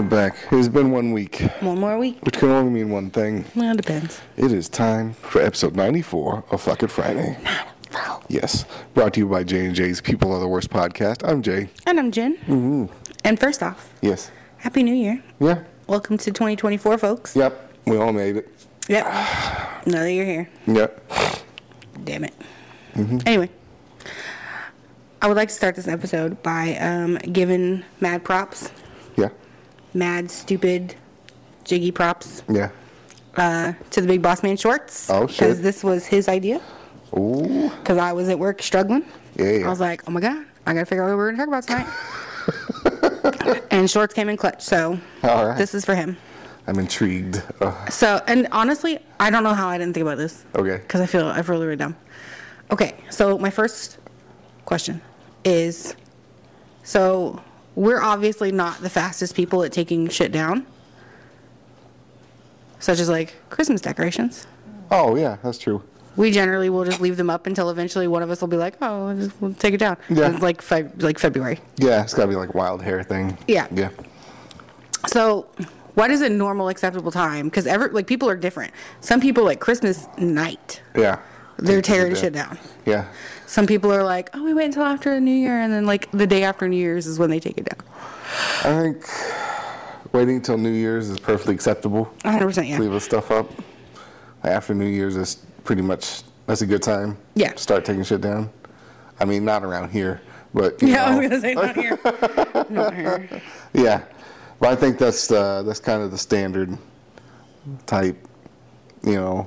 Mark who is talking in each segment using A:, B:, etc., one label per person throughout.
A: It's been one week,
B: One more week?
A: which can only mean one thing.
B: Well, it depends.
A: It is time for episode 94 of Fuck It Friday. Yes, brought to you by J and J's People Are the Worst podcast. I'm Jay.
B: And I'm Jen.
A: Mm-hmm.
B: And first off,
A: Yes.
B: Happy New Year.
A: Yeah.
B: Welcome to 2024, folks.
A: Yep. We all made it.
B: Yep. Another year here.
A: Yep.
B: Damn it.
A: Mm-hmm.
B: Anyway, I would like to start this episode by um, giving mad props,
A: Yeah.
B: mad stupid jiggy props
A: Yeah.
B: uh, to the big boss man shorts.
A: Oh, shit.
B: Because this was his idea.
A: Ooh.
B: Because I was at work struggling.
A: Yeah, yeah.
B: I was like, oh my God, I got to figure out what we're going to talk about tonight. and shorts came in clutch. So
A: All right.
B: this is for him.
A: I'm intrigued. Uh,
B: So, and honestly, I don't know how I didn't think about this.
A: Okay.
B: Because I feel I feel really dumb. Okay, so my first question is, so we're obviously not the fastest people at taking shit down, such as like Christmas decorations.
A: oh, yeah, that's true.
B: We generally will just leave them up until eventually one of us will be like, oh, we'll just, we'll take it down.
A: Yeah.
B: It's like fe- like February.
A: Yeah, it's got to be like wild hair thing.
B: Yeah.
A: Yeah.
B: So, what is a normal acceptable time? Because every like people are different. Some people like Christmas night.
A: Yeah.
B: They're tearing shit down.
A: Yeah.
B: Some people are like, oh, we wait until after the New Year, and then like the day after New Year's is when they take it down.
A: I think waiting till New Year's is perfectly acceptable.
B: 100 percent, yeah.
A: leave the stuff up. After New Year's is pretty much that's a good time.
B: Yeah.
A: to Start taking shit down. I mean, not around here, but you
B: Yeah, I
A: know,
B: was gonna say not here. not here.
A: yeah. But I think that's uh, that's kind of the standard type. You know,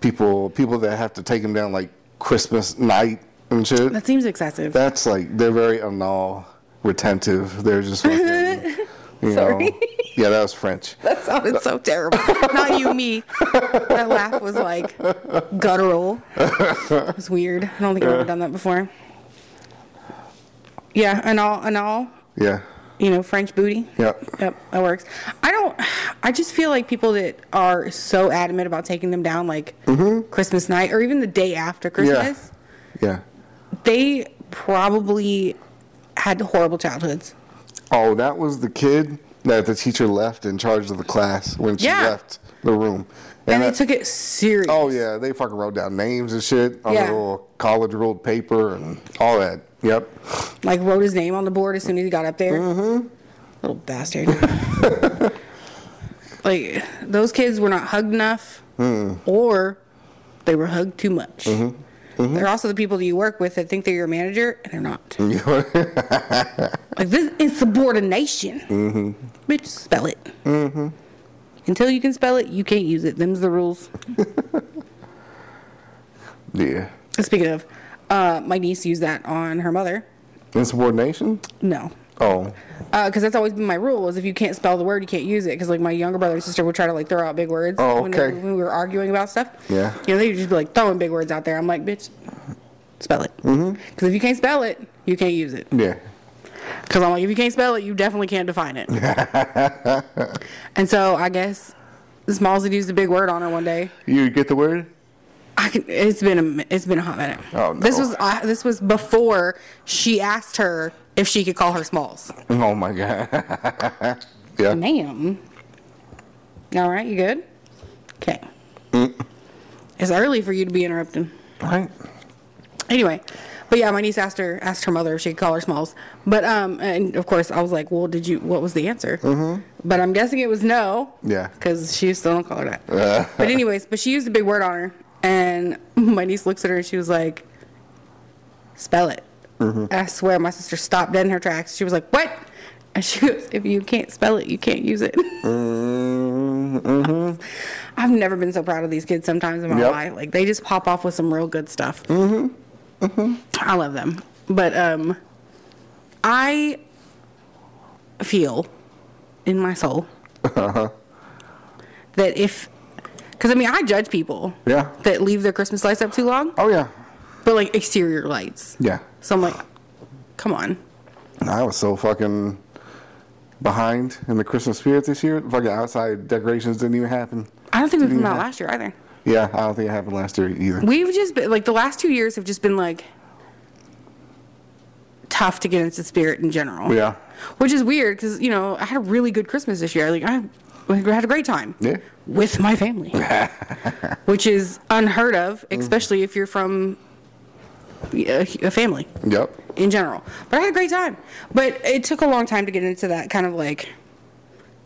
A: people people that have to take them down like Christmas night and shit.
B: That seems excessive.
A: That's like they're very anal retentive. They're just fucking, you know.
B: Sorry.
A: Yeah, that was French.
B: that sounded so terrible. not you, me. That laugh was like guttural. It was weird. I don't think I've ever done that before. Yeah, and all and all,
A: Yeah.
B: you know, French booty.
A: Yep.
B: Yep, that works. I don't. I just feel like people that are so adamant about taking them down, like
A: Mm-hmm.
B: Christmas night or even the day after Christmas,
A: Yeah.
B: they probably had horrible childhoods.
A: Oh, that was the kid that the teacher left in charge of the class when she
B: Yeah.
A: left the room.
B: And,
A: that-
B: they took it serious.
A: Oh yeah, they fucking wrote down names and shit on
B: Yeah.
A: their little college rolled paper and all that. Yep.
B: Like wrote his name on the board as soon as he got up there.
A: Mm-hmm.
B: Little bastard. like those kids were not hugged enough,
A: Mm.
B: or they were hugged too much.
A: Mm-hmm.
B: They're also the people that you work with that think they're your manager, and they're not. Like this insubordination. Mm-hmm. Bitch, spell it. Mm-hmm. Until you can spell it, you can't use it. Them's the rules.
A: yeah.
B: Speaking of, uh, my niece used that on her mother.
A: Insubordination?
B: No.
A: Oh.
B: Because that's always been my rule: is if you can't spell the word, you can't use it. Because like my younger brother and sister would try to like throw out big words
A: Oh,
B: when, they-
A: okay.
B: when we were arguing about stuff.
A: Yeah.
B: you know they would just be like throwing big words out there. I'm like, bitch, spell it. Because
A: Mm-hmm.
B: if you can't spell it, you can't use it.
A: Yeah.
B: Because I'm like, if you can't spell it, you definitely can't define it. and so I guess Smalls had used a big word on her one day.
A: You get the word?
B: I can, it's been a mi- it's been a hot minute.
A: Oh, no.
B: This was uh, this was before she asked her if she could call her Smalls.
A: Oh my god. yeah.
B: Ma'am. All right, you good? Okay.
A: Mm.
B: It's early for you to be interrupting.
A: Right.
B: Anyway, but yeah, my niece asked her asked her mother if she could call her Smalls, but um, and of course I was like, well, did you? What was the answer? Mm-hmm. But I'm guessing it was no.
A: Yeah.
B: Because she still don't call her that. but anyways, but she used a big word on her, and my niece looks at her and she was like, spell it. I swear, my sister stopped dead in her tracks. She was like, what? And she goes, if you can't spell it, you can't use it.
A: Mm-hmm.
B: I've never been so proud of these kids sometimes in my
A: Yep.
B: life. Like they just pop off with some real good stuff. Mm-hmm. Mm-hmm. I love them. But um I feel in my soul Uh-huh. that if because I mean I judge people
A: Yeah.
B: that leave their Christmas lights up too long,
A: Oh yeah.
B: but like exterior lights.
A: Yeah.
B: So I'm like, come on.
A: I was so fucking behind in the Christmas spirit this year. Fucking outside decorations didn't even happen.
B: I don't think we came out last year either.
A: Yeah, I don't think it happened last year either.
B: We've just been like the last two years have just been like tough to get into spirit in general.
A: Yeah.
B: Which is weird because you know I had a really good Christmas this year. Like I I had a great time.
A: Yeah.
B: With my family, which is unheard of, especially if you're from a, a family
A: Yep.
B: in general. But I had a great time. But it took a long time to get into that kind of like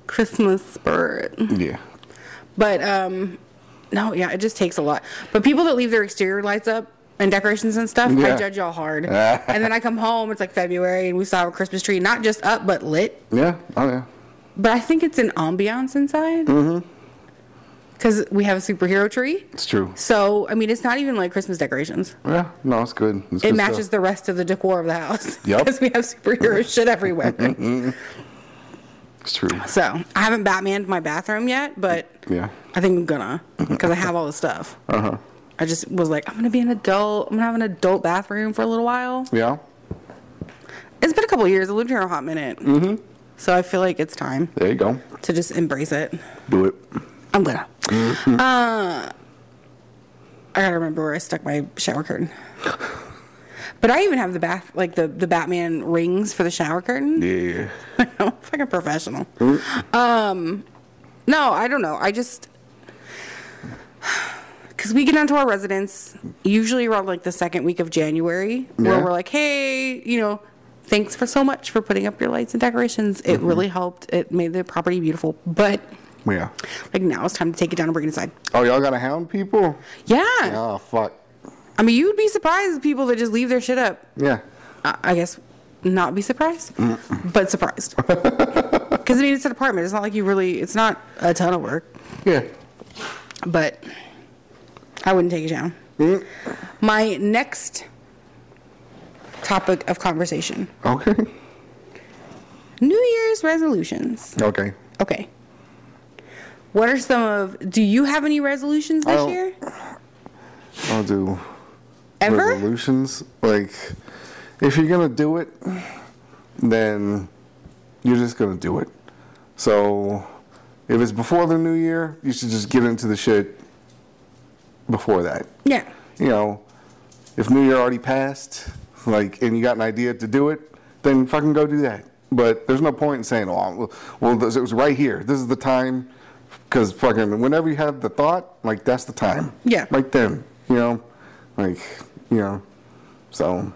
B: Christmas spirit.
A: Yeah.
B: But um, no, yeah, it just takes a lot. But people that leave their exterior lights up and decorations and stuff, I
A: Yeah.
B: judge y'all hard. and then I come home, it's like February, and we saw a Christmas tree not just up but lit.
A: Yeah. Oh yeah.
B: But I think it's an ambiance inside. Mm-hmm. Because we have a superhero tree.
A: It's true.
B: So I mean, it's not even like Christmas decorations.
A: Yeah. No, it's good. It's
B: It
A: good
B: matches
A: stuff.
B: the rest of the decor of the house.
A: Yup.
B: Because we have superhero shit everywhere.
A: It's true.
B: So I haven't Batmaned my bathroom yet, but
A: Yeah.
B: I think I'm gonna because I have all the stuff. Uh huh. I just was like, I'm gonna be an adult. I'm gonna have an adult bathroom for a little while.
A: Yeah.
B: It's been a couple of years. I lived here a hot minute. Mm-hmm. So I feel like it's time
A: There you go.
B: to just embrace it.
A: Do it.
B: I'm gonna. Uh, I gotta remember where I stuck my shower curtain. But I even have the bath, like the, the Batman rings for the shower curtain.
A: Yeah.
B: I'm fucking professional. Um, no, I don't know. I just because we get onto our residence usually around like the second week of January, where
A: Yeah.
B: we're like, hey, you know, thanks for so much for putting up your lights and decorations. It really helped. It made the property beautiful. But
A: Yeah.
B: like now it's time to take it down and bring it inside.
A: Oh, y'all gotta hound people?
B: Yeah.
A: Oh fuck.
B: I mean, you'd be surprised at people that just leave their shit up.
A: Yeah.
B: I I guess not be surprised, but surprised. Because I mean, it's an apartment. It's not like you really. It's not a ton of work,
A: Yeah.
B: but I wouldn't take it down. My next topic of conversation:
A: Okay.
B: New Year's resolutions.
A: Okay.
B: Okay. What are some of? Do you have any resolutions this
A: don't-
B: year?
A: I'll do
B: Ever?
A: resolutions. Like, if you're gonna do it, then you're just gonna do it. So, if it's before the new year, you should just get into the shit before that.
B: yeah.
A: You know, if New Year already passed, like, and you got an idea to do it, then fucking go do that. But there's no point in saying, "Oh, well, this, it was right here. This is the time," because fucking whenever you have the thought, like that's the time.
B: Yeah.
A: Right then, you know, like you know, so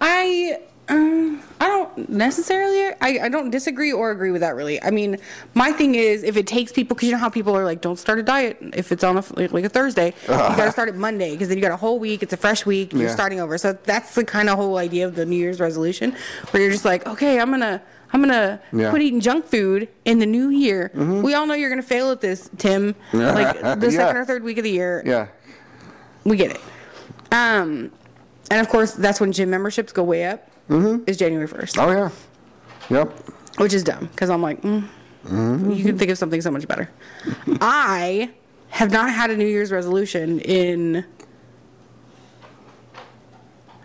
B: I um, I don't necessarily I, I don't disagree or agree with that really. I mean, my thing is if it takes people because you know how people are like don't start a diet if it's on a, like, like a Thursday, you got to start it Monday because then you got a whole week, it's a fresh week, you're
A: Yeah.
B: starting over. So that's the kind of whole idea of the New Year's resolution where you're just like, okay, I'm going to I'm gonna
A: Yeah. Mm-hmm.
B: quit eating junk food in the new year. We all know you're gonna fail at this, Tim. Like the
A: Yeah.
B: second or third week of the year,
A: yeah,
B: we get it. Um, and of course, that's when gym memberships go way up. Mm-hmm. Is January first,
A: oh yeah, yep,
B: which is dumb because I'm like, mm, you can think of something so much better. I have not had a New Year's resolution in.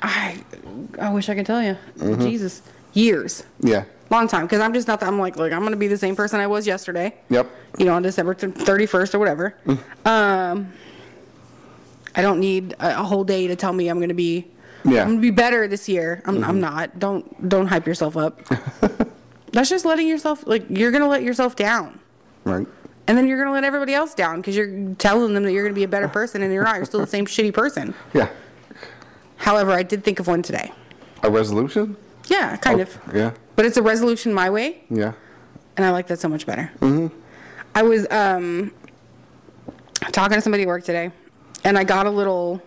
B: I I wish I could tell you, Jesus, years,
A: yeah,
B: long time. Because I'm just not. That, I'm like, look, I'm gonna be the same person I was yesterday
A: yep,
B: you know, on December th- 31st or whatever. Um, I don't need a, a whole day to tell me I'm going to be,
A: Yeah.
B: I'm going to be better this year. I'm, I'm not. Don't don't hype yourself up. That's just letting yourself like you're going to let yourself down,
A: right,
B: and then you're going to let everybody else down because you're telling them that you're going to be a better person, and you're not. You're still the same shitty person.
A: yeah.
B: However, I did think of one today.
A: A resolution?
B: Yeah, kind of.
A: Yeah,
B: But it's a resolution my way.
A: yeah,
B: and I like that so much better. Mm-hmm. I was um, talking to somebody at work today, and I got a little.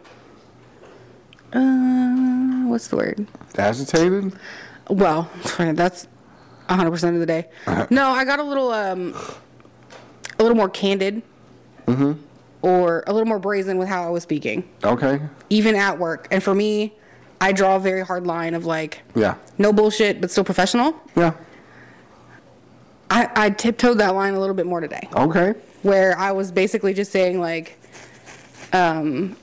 B: Uh, what's the word?
A: agitated.
B: Well, that's 100% of the day. No, I got a little um, a little more candid, or a little more brazen with how I was speaking,
A: Okay,
B: even at work. And for me, I draw a very hard line of like,
A: yeah,
B: no bullshit, but still professional.
A: yeah,
B: I, I tiptoed that line a little bit more today.
A: okay,
B: where I was basically just saying like, um,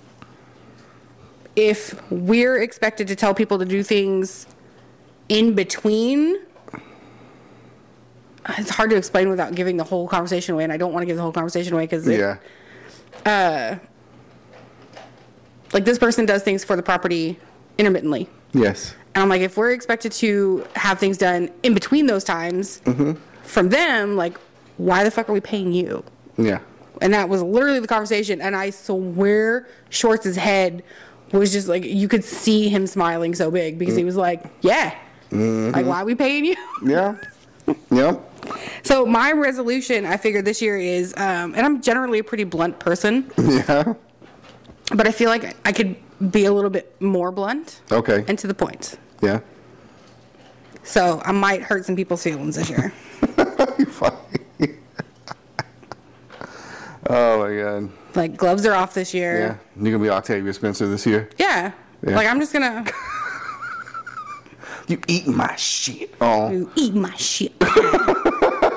B: if we're expected to tell people to do things in between, it's hard to explain without giving the whole conversation away, and I don't want to give the whole conversation away because
A: yeah,
B: like this person does things for the property intermittently.
A: Yes.
B: And I'm like, if we're expected to have things done in between those times from them, like, why the fuck are we paying you?
A: Yeah.
B: And that was literally the conversation. And I swear Schwartz's head was just like, you could see him smiling so big because he was like, yeah. Like, why are we paying you?
A: Yeah. yep.
B: So, my resolution I figured this year is, um, and I'm generally a pretty blunt person,
A: Yeah.
B: but I feel like I could be a little bit more blunt
A: Okay.
B: and to the point.
A: yeah.
B: So, I might hurt some people's feelings this year.
A: You're funny. oh my god.
B: like, gloves are off this
A: Yeah.
B: year.
A: You're gonna be Octavia Spencer this year.
B: Yeah.
A: Yeah.
B: Like, I'm just going to
A: You eating my shit. Oh.
B: eat my shit.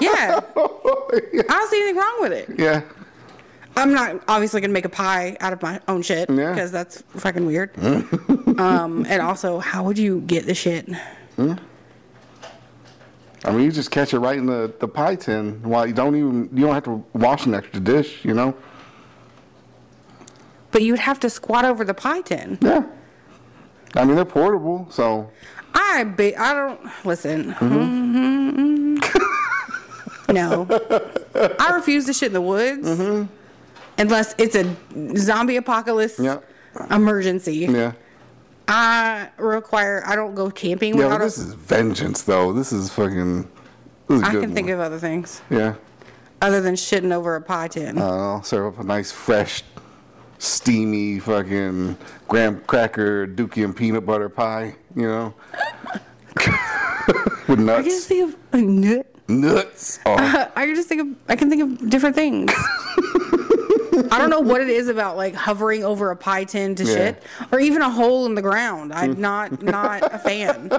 B: yeah. I don't see anything wrong with it.
A: Yeah.
B: I'm not obviously gonna make a pie out of my own shit
A: Yeah.
B: because that's fucking weird. um, and also, how would you get the shit?
A: I mean, you just catch it right in the, the pie tin. While you don't even you don't have to wash an extra dish. You know.
B: But you'd have to squat over the pie tin.
A: Yeah. I mean, they're portable, so
B: I be, I don't listen.
A: Mm-hmm.
B: Mhm. no, I refuse to shit in the woods unless it's a zombie apocalypse
A: Yeah.
B: emergency.
A: yeah.
B: I require. I don't go camping
A: Yeah,
B: without.
A: but
B: a-
A: this is vengeance, though. This is fucking. This is a
B: I
A: good
B: can think
A: one.
B: of other things
A: Yeah.
B: other than shitting over a pie tin.
A: I don't know. Serve up Uh, a nice, fresh, steamy fucking graham cracker, dookie and peanut butter pie, you know? With
B: I can just
A: nuts.
B: think of a nut.
A: Nuts. Oh,
B: I can just think of I can think of different things. I don't know what it is about like hovering over a pie tin to
A: Yeah. Mm.
B: shit, or even a hole in the ground. I'm not not a fan.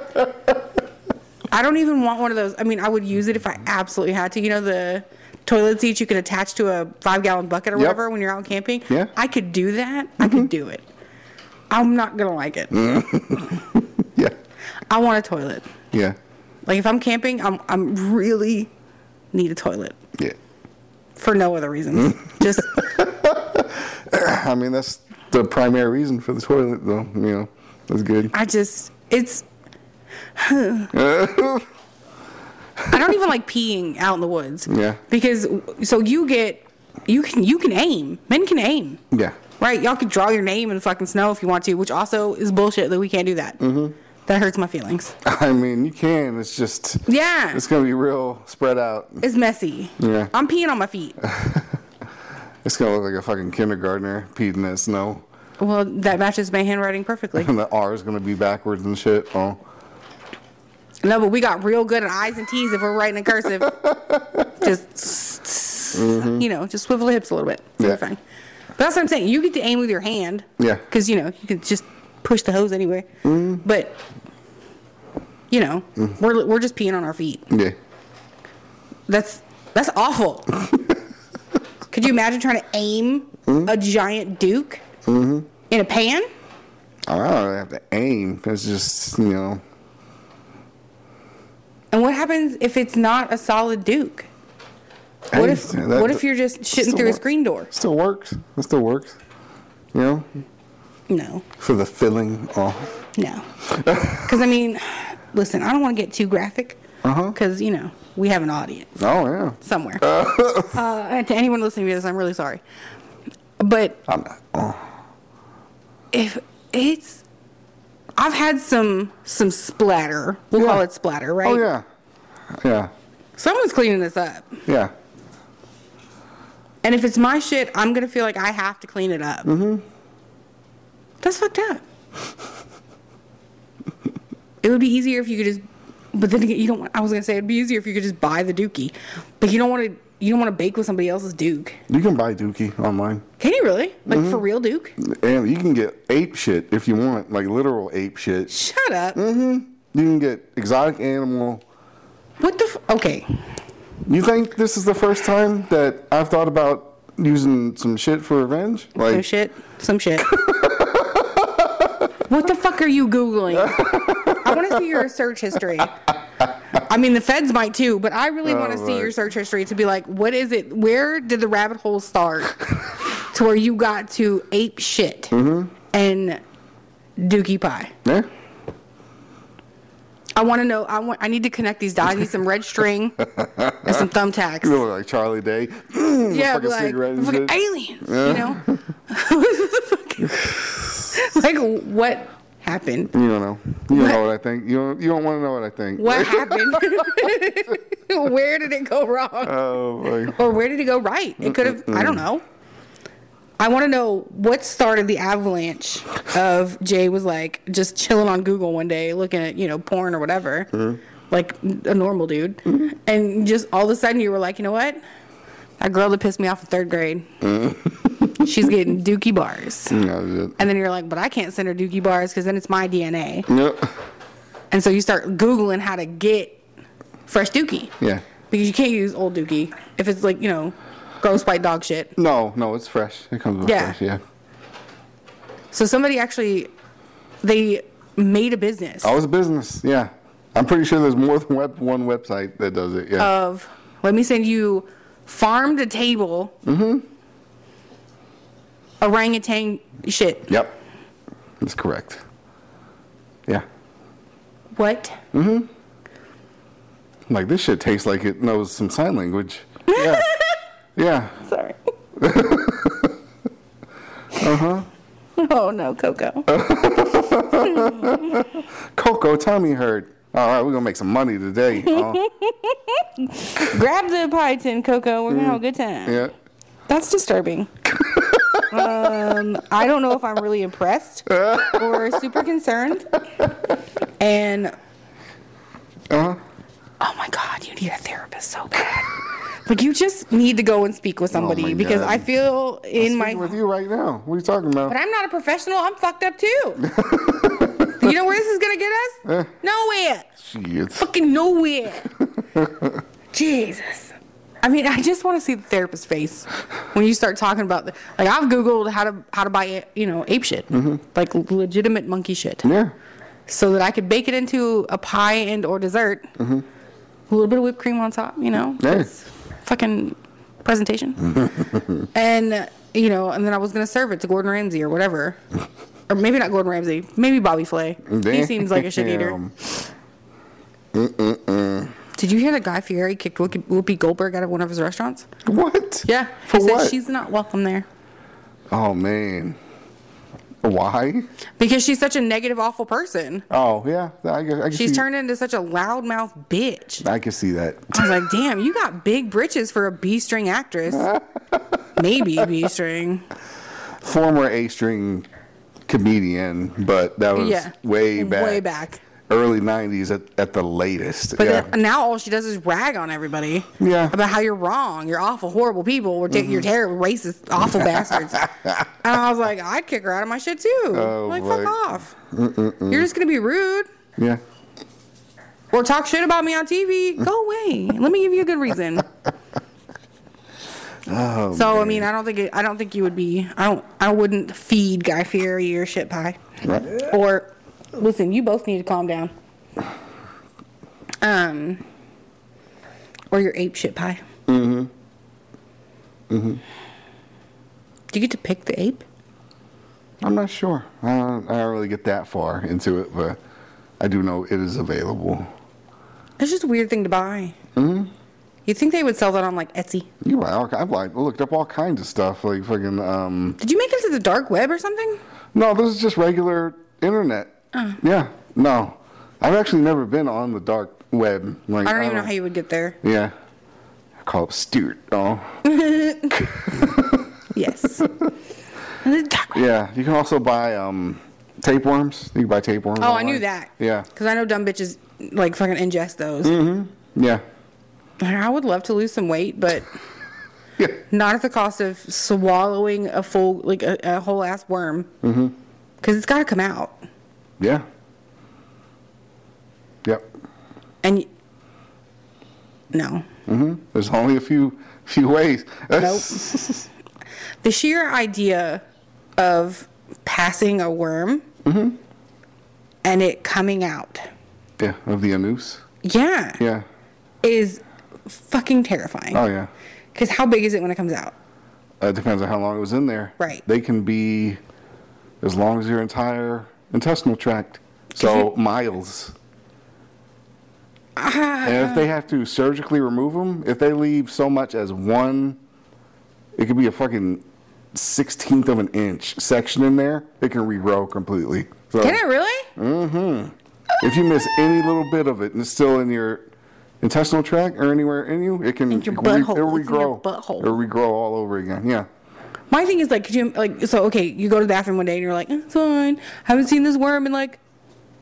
B: I don't even want one of those. I mean, I would use it if I absolutely had to. You know the toilet seats you can attach to a five gallon bucket or
A: Yep.
B: whatever when you're out camping.
A: Yeah. Mm-hmm.
B: I could do that. I could do it. I'm not gonna like it.
A: Mm. yeah.
B: I want a toilet.
A: Yeah.
B: Like if I'm camping, I'm I'm really need a toilet.
A: Yeah.
B: for no other reason.
A: Mm.
B: Just
A: I mean, that's the primary reason for the toilet, though, you know? That's good.
B: I just it's I don't even like peeing out in the woods.
A: Yeah.
B: Because so you get you can you can aim. Men can aim.
A: Yeah.
B: Right? Y'all can draw your name in the fucking snow if you want to, which also is bullshit that we can't do that. Mm-hmm. That hurts my feelings.
A: I mean, you can. It's just.
B: Yeah.
A: It's
B: It's,
A: going to be real spread out.
B: messy.
A: Yeah.
B: I'm peeing on my feet.
A: It's going to look like a fucking kindergartner peed in that snow.
B: well, that matches my handwriting perfectly.
A: And the R is going to be backwards and shit. Oh.
B: No, but we got real good at I's and T's if we're writing in cursive. just, you know, just swivel the hips a little bit.
A: Mm-hmm. Yeah.
B: You're fine. But that's what I'm saying. You get to aim with your hand.
A: Yeah. Mm-hmm.
B: Because, you know, you could just push the hose anywhere. But, you know,
A: Mm.
B: we're, we're just peeing on our feet.
A: Yeah.
B: That's that's awful. could you imagine trying to aim
A: Mm-hmm.
B: a giant Duke in a pan?
A: I don't really have to aim. It's just, you know,
B: And what happens if it's not a solid Duke? What
A: hey,
B: if
A: that-
B: what if you're just shitting
A: still
B: through a
A: work.
B: screen door?
A: still works. It still works. You know,
B: No,
A: for the filling. Oh,
B: no. Because I mean, listen, I don't want to get too graphic.
A: Uh-huh.
B: Because you know we have an audience
A: oh yeah.
B: somewhere. Uh, and to anyone listening to this, I'm really sorry. But
A: I'm not. Oh,
B: if it's, I've had some some splatter. We'll call
A: Yeah.
B: it splatter, right?
A: oh yeah, yeah,
B: Someone's cleaning this up,
A: yeah.
B: and if it's my shit, I'm gonna feel like I have to clean it up. Mm-hmm. That's fucked up. it would be easier if you could just but then again you don't want i was going to say it'd be easier if you could just buy the dookie but you don't want to you don't want to bake with somebody else's duke
A: You can buy Dookie online,
B: can you really like for real duke
A: and you can get ape shit if you want, like literal ape shit. Hmm.
B: shut up
A: Mm-hmm. You can get exotic animal.
B: what the f- okay
A: You think this is the first time that I've thought about using some shit for revenge? Like,
B: some Oh, shit some shit what the fuck are you googling i want to see your search history i mean the feds might too but i really want to
A: Oh,
B: see
A: right.
B: your search history to be like what is it where did the rabbit hole start to where you
A: Mm-hmm.
B: got to ape shit and dookie pie
A: yeah,
B: I want to know. I want. I need to connect these dots. I need some red string and some thumbtacks.
A: You know, like Charlie Day.
B: yeah,
A: fucking
B: be like
A: cigarette and
B: fucking
A: shit.
B: aliens. You know, Fucking- like what happened?
A: You don't know. You don't know what I think. You don't. You don't want to know what I think.
B: What happened? where did it go wrong?
A: Oh, like,
B: or where did it go right? It could have. I don't know. I want to know what started the avalanche of Jay was like just chilling on Google one day, looking at you know porn or whatever, like a normal dude, and just all of a sudden you were like, you know what? That girl that pissed me off in third grade, she's getting dookie bars,
A: Mm, no, shit.
B: and then you're like, but I can't send her dookie bars because then it's my DNA,
A: Yep.
B: and so you start googling how to get fresh dookie
A: Yeah.
B: because you can't use old dookie if it's like you know gross white dog shit
A: No, no, it's fresh. It comes with
B: Yeah.
A: fresh. Yeah.
B: so somebody actually they made a business
A: Oh, it's a business. Yeah. I'm pretty sure there's more than web, one website that does it. Yeah.
B: of let me send you farm to table orangutan shit
A: yep. That's correct. Yeah.
B: what
A: Like this shit tastes like it knows some sign language. Yeah. yeah.
B: sorry uh-huh oh no coco
A: Coco tummy hurt. All right, we're gonna make some money today. Oh,
B: grab the pie tin coco we're gonna have a good time
A: yeah.
B: That's disturbing. um, I don't know if I'm really impressed or super concerned. And
A: Uh huh.
B: oh my god, you need a therapist so bad. Like you just need to go and speak with somebody
A: Oh my
B: because
A: God.
B: I feel in my
A: Speaking with you right now. What are you talking about?
B: but I'm not a professional. I'm fucked up too. you know where this is gonna get
A: Uh.
B: us? Nowhere.
A: Shit.
B: Fucking nowhere. Jesus. I mean, I just want to see the therapist's face when you start talking about the, like I've googled how to how to buy you know ape shit, like legitimate monkey shit,
A: Yeah.
B: so that I could bake it into a pie and or dessert, a little bit of whipped cream on top, you know,
A: Hey.
B: fucking presentation, and uh, you know, and then I was gonna serve it to Gordon Ramsay or whatever, or maybe not Gordon Ramsay, maybe Bobby Flay. He seems like a shit eater.
A: Damn.
B: Did you hear that Guy Fieri kicked Whoopi, Whoopi Goldberg out of one of his restaurants?
A: What?
B: Yeah.
A: For
B: he
A: what?
B: said she's not welcome there
A: oh man. Why?
B: because she's such a negative, awful person.
A: Oh yeah. I, can- I can
B: She's
A: see,
B: turned into such a loudmouth bitch.
A: I can see that.
B: I was like, damn, you got big britches for a B string actress. Maybe B string.
A: Former A string comedian, but that was
B: Yeah.
A: way back.
B: Way back.
A: Early '90s at, at the latest.
B: But
A: yeah.
B: then, now all she does is rag on everybody.
A: Yeah. Mm-hmm.
B: About how you're wrong. You're awful, horrible people. We're ta- You're terrible, racist, awful bastards. And I was like, I'd kick her out of my shit too.
A: Oh,
B: like,
A: boy.
B: fuck off. You're just going to be rude.
A: yeah.
B: or talk shit about me on TV, go away. Let me give you a good reason.
A: Oh,
B: so I mean, I don't think it, I don't think you would be. I don't. I wouldn't feed Guy Fieri your shit pie.
A: Right.
B: Or listen, you both need to calm down. Um. Or your ape shit pie. Mm-hmm. Mm-hmm. Do you get to pick the ape?
A: I'm not sure. I don't, I don't really get that far into it, but I do know it is available.
B: It's just a weird thing to buy. Mm-hmm. You'd think they would sell that on like Etsy.
A: You right. all- I've like looked up all kinds of stuff, like fucking. Um,
B: Did you make it to the dark web or something?
A: no, this is just regular internet.
B: Uh.
A: Yeah. No, I've actually never been on the dark web. Like um,
B: I don't even know how you would get there.
A: Yeah. I call it Stuart. Oh.
B: Yes. And then talk-
A: Yeah. You can also buy um, tapeworms. You can buy tapeworms.
B: oh, I
A: online.
B: knew that.
A: Yeah.
B: Because I know dumb bitches like fucking ingest those.
A: Yeah.
B: I would love to lose some weight, but
A: Yeah.
B: not at the cost of swallowing a full, like a, a whole ass worm. Because it's got to come out.
A: Yeah. Yep.
B: And y- no.
A: mm-hmm. There's only a few few ways.
B: Nope. the sheer idea of passing a worm and it coming out.
A: Yeah, of the Anus.
B: Yeah.
A: Yeah.
B: Is fucking terrifying.
A: Oh yeah.
B: Because how big is it when it comes out?
A: It depends on how long it was in there.
B: Right.
A: They can be as long as your entire intestinal tract. So miles.
B: Ah.
A: and if they have to surgically remove them, if they leave so much as one, it could be a fucking sixteenth of an inch section in there. It can regrow completely. So
B: Can it really?
A: if you miss any little bit of it and it's still in your intestinal tract or anywhere in you, it can
B: In your
A: it will re-
B: butthole.
A: it'll
B: It's in your
A: regrow.
B: butthole.
A: It'll regrow all over again. Yeah.
B: My thing is like, could you like so? Okay, you go to the bathroom one day and you're like, it's fine. haven't seen this worm in like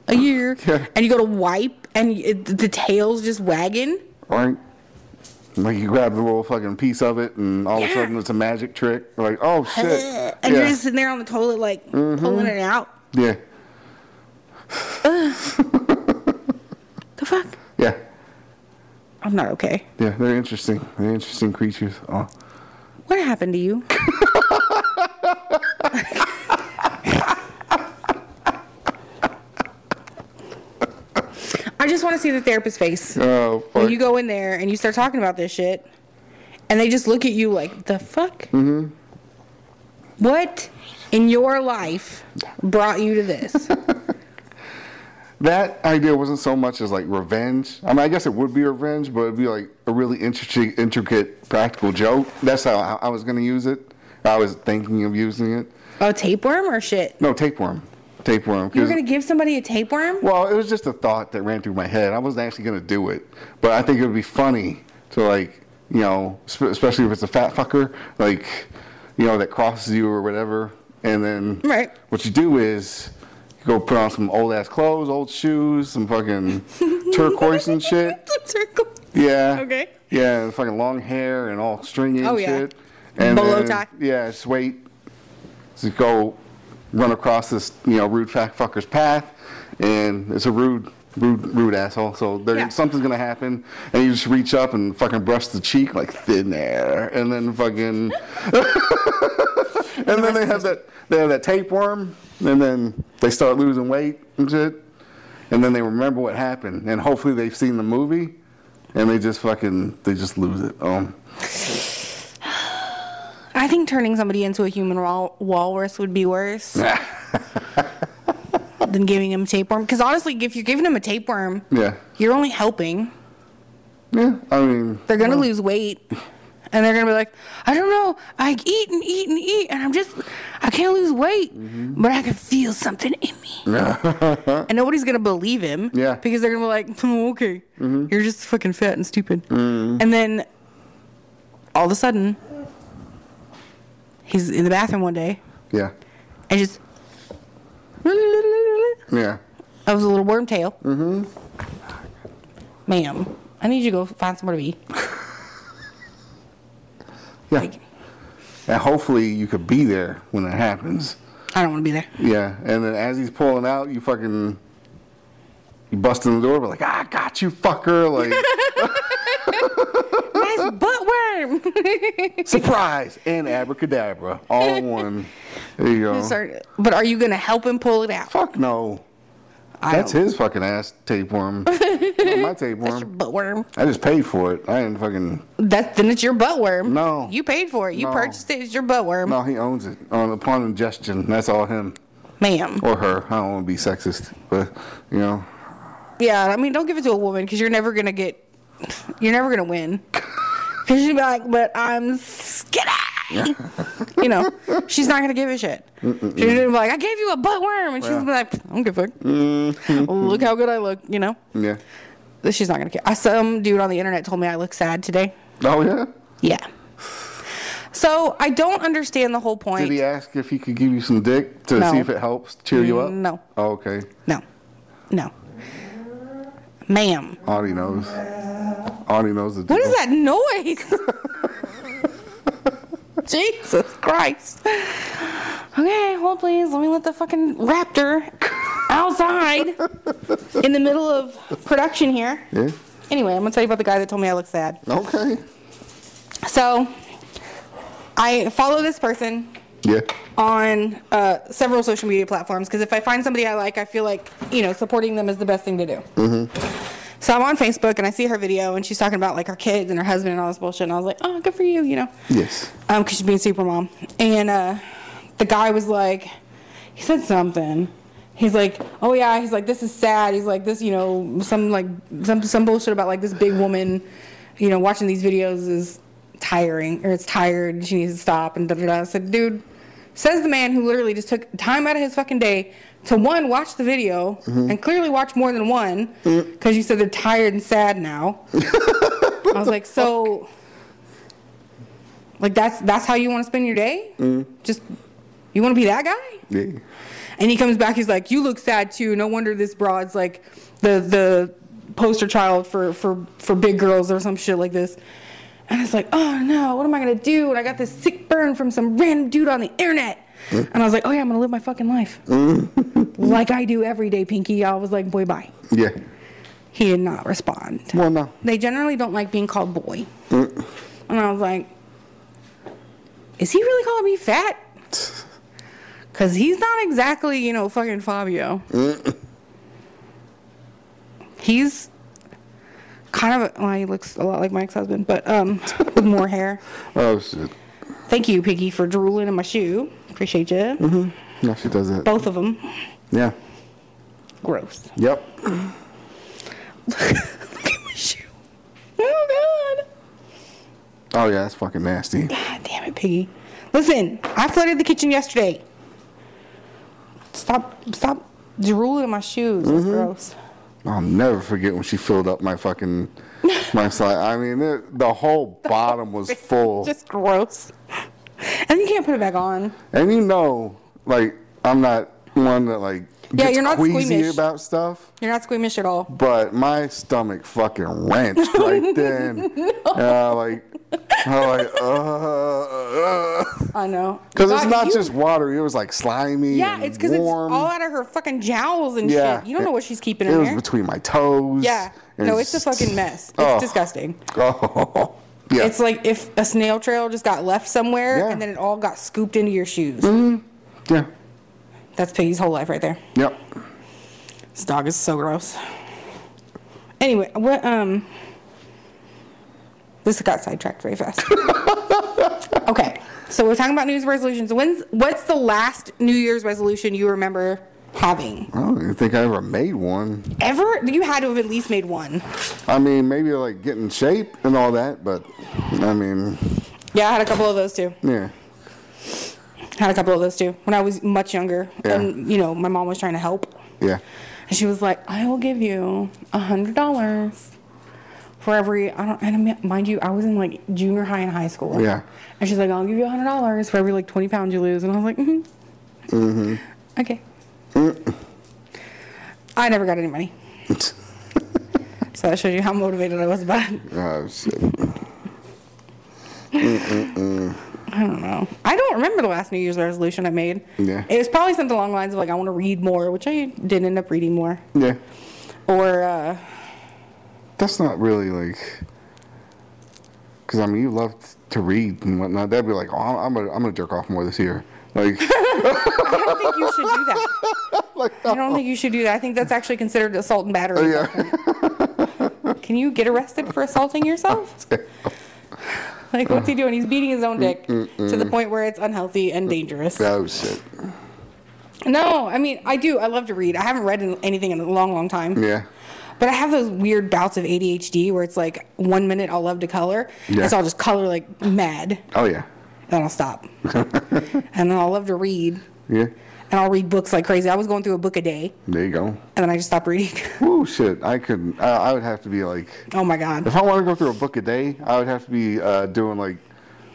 B: a year.
A: Yeah.
B: And you go to wipe and it, the tail's just wagging.
A: Right? Like you grab the little fucking piece of it and all of a
B: Yeah.
A: sudden it's a magic trick. Like, oh shit.
B: and you're
A: yeah. Mm-hmm.
B: just sitting there on the toilet like pulling it out.
A: yeah.
B: The fuck?
A: Yeah.
B: I'm not okay.
A: Yeah. They're interesting. They're interesting creatures. Oh.
B: What happened to you? I just want to see the therapist's face.
A: Oh
B: When
A: fuck.
B: you go in there and you start talking about this shit, and they just look at you like, the fuck? Mm-hmm. What in your life brought you to this?
A: that idea wasn't so much as like revenge. I mean, I guess it would be revenge, but it'd be like a really intricate, intricate practical joke. That's how I- I was going to use it. I was thinking of using it.
B: a tapeworm or shit?
A: No, tapeworm. Tapeworm.
B: You're
A: 'cause-
B: gonna give somebody a tapeworm?
A: well, it was just a thought that ran through my head. I wasn't actually going to do it, but I think it would be funny to like, you know, sp- especially if it's a fat fucker, like, you know, that crosses you or whatever. And then
B: Right.
A: what you do is you go put on some old ass clothes, old shoes, some fucking turquoise and shit.
B: Circle.
A: Yeah.
B: Okay.
A: Yeah, and fucking long hair and all stringy and
B: Oh, yeah.
A: shit. And
B: Bolo
A: then-
B: tie.
A: Yeah, just wait. Just go run across this, you know, rude fat fucker's path, and it's a rude, rude, rude asshole. So there,
B: Yeah.
A: something's gonna happen, and you just reach up and fucking brush the cheek like thin air, and then fucking, and then they have that, they have that tapeworm, and then they start losing weight and shit, and then they remember what happened, and hopefully they've seen the movie, and they just fucking, they just lose it. Um,
B: I think turning somebody into a human wal- walrus would be worse than giving him tapeworm. Because honestly, if you're giving him a tapeworm,
A: yeah,
B: you're only helping.
A: yeah. I mean.
B: They're gonna lose weight, and they're gonna be like, I don't know, I eat and eat and eat, and I'm just, I can't lose weight, but I can feel something in me. and nobody's gonna believe him.
A: Yeah.
B: Because they're gonna be like, oh, okay, you're just fucking fat and stupid. And then, all of a sudden, he's in the bathroom one day,
A: Yeah.
B: and just.
A: Yeah.
B: I was a little worm tail. Mm-hmm. Ma'am, I need you to go find somewhere to be.
A: Yeah.
B: Like,
A: and hopefully you could be there when that happens.
B: I don't want to be there.
A: Yeah. And then as he's pulling out, you fucking you bust in the door, but like, I got you, fucker. Like,
B: Nice butt worm.
A: surprise and abracadabra, all in one. There you go.
B: Sorry, but are you gonna help him pull it out?
A: Fuck no.
B: I
A: That's
B: don't-
A: his fucking ass tapeworm. Not my tapeworm.
B: Butt worm.
A: I just paid for it. I didn't fucking.
B: That then it's your butt worm.
A: No.
B: You paid for it. You
A: No.
B: purchased it. It's your butt worm,
A: No, he owns it on upon ingestion. That's all him
B: ma'am.
A: or her. I don't want to be sexist, but you know.
B: Yeah, I mean, don't give it to a woman because you're never gonna get. You're never gonna win. Because she'd be like, "But I'm skinny." you know, she's not gonna give a shit. She's gonna be like, "I gave you a butt worm," and she's gonna be like, "I don't give a fuck.
A: Mm-hmm.
B: look how good I look," you know.
A: Yeah.
B: She's not gonna care. I, some dude on the internet told me I look sad today.
A: Oh yeah.
B: Yeah. So I don't understand the whole point.
A: Did he ask if he could give you some dick to
B: No.
A: see if it helps cheer you up?
B: No.
A: Oh, okay.
B: no, no, ma'am.
A: Audie knows. Audie knows the
B: What is that noise? Jesus Christ. Okay, hold please. Let me let the fucking raptor outside in the middle of production here.
A: Yeah.
B: Anyway, I'm gonna tell you about the guy that told me I look sad.
A: Okay.
B: So, I follow this person
A: Yeah.
B: on uh, several social media platforms because if I find somebody I like, I feel like you know supporting them is the best thing to do. So I'm on Facebook and I see her video and she's talking about like her kids and her husband and all this bullshit and I was like, oh, good for you, you know,
A: Yes.
B: um, because she's being super mom. And uh, the guy was like, he said something He's like, oh yeah. He's like, this is sad. He's like, this, you know, some like some some bullshit about like this big woman, you know, watching these videos is tiring or it's tired. She needs to stop and da da da. I said, dude, says the man who literally just took time out of his fucking day to one watch the video and clearly watch more than one because you said they're tired and sad now. I was like, so, like that's that's how you want to spend your day? Just you want to be that guy?
A: Yeah.
B: And he comes back. He's like, "You look sad too. No wonder this broad's like the the poster child for for for big girls or some shit like this." And it's like, "Oh no, what am I gonna do?" And I got this sick burn from some random dude on the internet. And I was like, "Oh yeah, I'm gonna live my fucking life like I do every day, Pinky." I was like, "Boy, bye."
A: Yeah.
B: He did not respond.
A: Well, no.
B: They generally don't like being called boy. And I was like, "Is he really calling me fat?" Cause he's not exactly, you know, fucking Fabio. he's kind of well, he looks a lot like Mike's husband, but um with more hair.
A: Oh shit.
B: Thank you, Piggy, for drooling in my shoe. Appreciate you.
A: No, she does that.
B: Both of them.
A: Yeah.
B: Gross.
A: Yep.
B: Look at my shoe. Oh god.
A: Oh yeah, that's fucking nasty.
B: God damn it, Piggy. Listen, I flooded the kitchen yesterday. Stop stop drooling in my shoes.
A: Mm-hmm.
B: That's gross.
A: I'll never forget when she filled up my fucking my slide. I mean, it, the whole bottom was full,
B: Just gross. And you can't put it back on.
A: and you know, like I'm not one that like gets
B: you're not
A: queasy
B: squeamish.
A: about stuff,
B: You're not squeamish at all.
A: but my stomach fucking wrenched right then. And I like, I like, because
B: I know.
A: it's
B: God,
A: not
B: you-
A: just water; it was like slimy.
B: Yeah,
A: and
B: it's because it's
A: warm.
B: all out of her fucking jowls and shit. You don't know what she's keeping
A: it
B: in
A: was
B: there.
A: between my toes.
B: Yeah.
A: and
B: No, it's a fucking mess. It's
A: Oh.
B: disgusting.
A: Oh, yeah.
B: It's like if a snail trail just got left somewhere
A: Yeah. Mm-hmm.
B: and then it all got scooped into your shoes.
A: yeah.
B: That's Piggy's whole life right there.
A: Yep.
B: This dog is so gross. Anyway, what um this got sidetracked very fast. okay. So we're talking about New Year's resolutions. When's what's the last New Year's resolution you remember having?
A: I don't even think I ever made one.
B: Ever? You had to have at least made one.
A: I mean, maybe like get in shape and all that, but I mean,
B: Yeah, I had a couple of those too.
A: yeah.
B: Had a couple of those too. When I was much younger.
A: Yeah.
B: And you know, my mom was trying to help.
A: Yeah.
B: And she was like, I will give you a hundred dollars for every I don't and I mean, mind you, I was in like junior high and high school.
A: Yeah.
B: And she's like, I'll give you a hundred dollars for every like twenty pounds you lose. And I was like, mm-hmm. Mm-hmm. Okay. I never got any money. So that shows you how motivated I was about it.
A: oh, shit.
B: I don't know. I don't remember the last New Year's resolution I made.
A: Yeah.
B: It was probably something along the lines of like I want to read more, which I did end up reading more.
A: Yeah.
B: Or uh
A: That's not really like, because I mean, you love to read and whatnot. That'd be like, oh, I'm gonna, I'm gonna jerk off more this year. Like,
B: I don't think you should do that.
A: like
B: I don't think you should do that. I think that's actually considered assault and battery. at that
A: Oh,
B: point. Can you get arrested for assaulting yourself? Like, what's he doing? He's beating his
A: Mm,
B: own dick to the point where it's unhealthy and dangerous.
A: oh shit.
B: No, I mean, I do. I love to read. I haven't read in- anything in a long, long time.
A: Yeah.
B: But I have those weird bouts of ADHD where it's like one minute I'll love to color,
A: Yeah.
B: and so I'll just color like mad,
A: Oh yeah.
B: and then I'll stop. and then I'll love to read,
A: Yeah.
B: and I'll read books like crazy. I was going through a book a day,
A: There you go.
B: and then I just stopped reading.
A: Woo shit. I couldn't. I, I would have to be like,
B: oh my God.
A: If I want to go through a book a day, I would have to be uh, doing like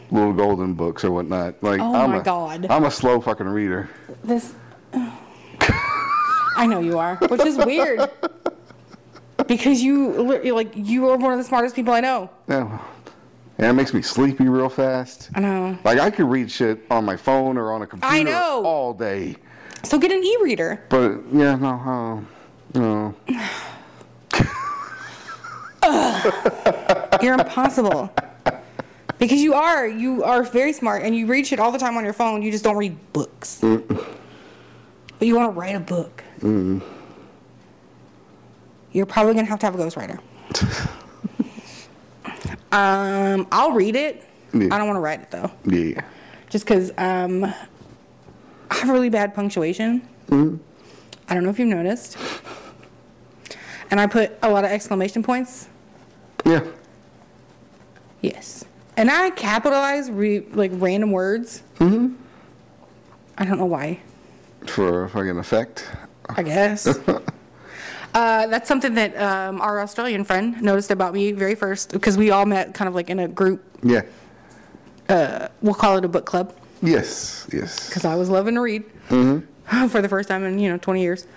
A: little golden books or whatnot. Like,
B: Oh
A: I'm
B: my
A: a,
B: God.
A: I'm a slow fucking reader.
B: This. I know you are, which is weird. Because you, li- you're like, you are one of the smartest people I know.
A: Yeah. And it makes me sleepy real fast.
B: I know.
A: Like I could read shit on my phone or on a computer
B: know.
A: all day,
B: So get an e-reader.
A: but yeah, no, um, no,
B: You're impossible. because you are, you are very smart, and you read shit all the time on your phone. You just don't read books. but you want to write a book. You're probably gonna have to have a ghostwriter. um, I'll read it.
A: Yeah.
B: I don't want to write it though.
A: yeah,
B: just because um, I have really bad punctuation. I don't know if you've noticed. And I put a lot of exclamation points.
A: Yeah.
B: Yes. And I capitalize re- like random words. I don't know why.
A: For fucking effect.
B: I guess. uh, that's something that um, our Australian friend noticed about me very first because we all met kind of like in a group.
A: Yeah.
B: We'll call it a book club
A: Yes. Yes.
B: because I was loving to read for the first time in you know 20 years.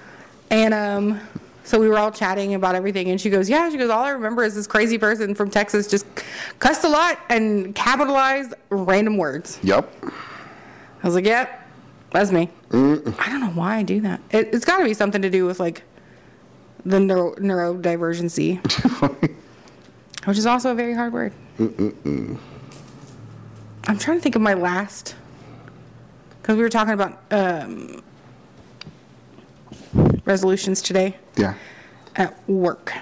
B: And um, so we were all chatting about everything, and she goes, "Yeah." She goes, "All I remember is this crazy person from Texas just cussed a lot and capitalized random words."
A: Yep.
B: I was like, "Yep, that's me." I don't know why I do that. It, it's got to be something to do with like the neuro neurodivergency, which is also a very hard word. I'm trying to think of my last because we were talking about um, resolutions today
A: Yeah.
B: at work.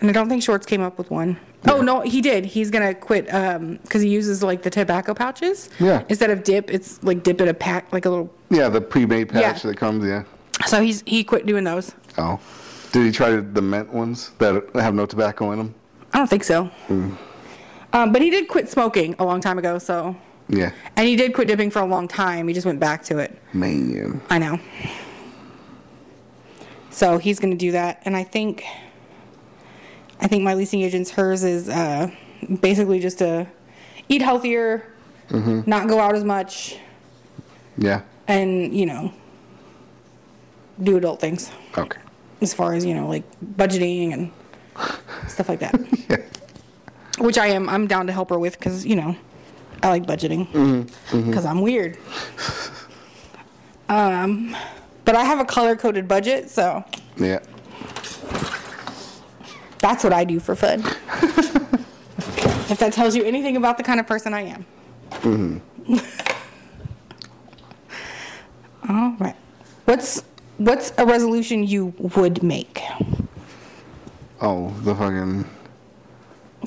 B: And I don't think Shorts came up with one. Oh no, he did. He's gonna quit because he uses like the tobacco pouches.
A: Yeah.
B: Instead of dip, it's like dip in a pack, like a little.
A: Yeah. The pre-made
B: Yeah.
A: patch that comes. Yeah.
B: So he's he quit doing those.
A: Oh. Did he try the mint ones that have no tobacco in them?
B: I don't think so. Um, but he did quit smoking a long time ago. So,
A: Yeah.
B: and he did quit dipping for a long time. He just went back to it.
A: Man.
B: I know. So he's going to do that, and I think, I think my leasing agent's hers is uh, basically just to eat healthier, not go out as much,
A: Yeah.
B: and you know, do adult things
A: Okay.
B: as far as you know, like budgeting and stuff like that.
A: Yeah.
B: Which I am, I'm down to help her with because you know, I like budgeting because I'm weird. um, but I have a color coded budget, so
A: Yeah.
B: That's what I do for fun. if that tells you anything about the kind of person I am. Mm-hmm. All right. What's what's a resolution you would make?
A: Oh, the fucking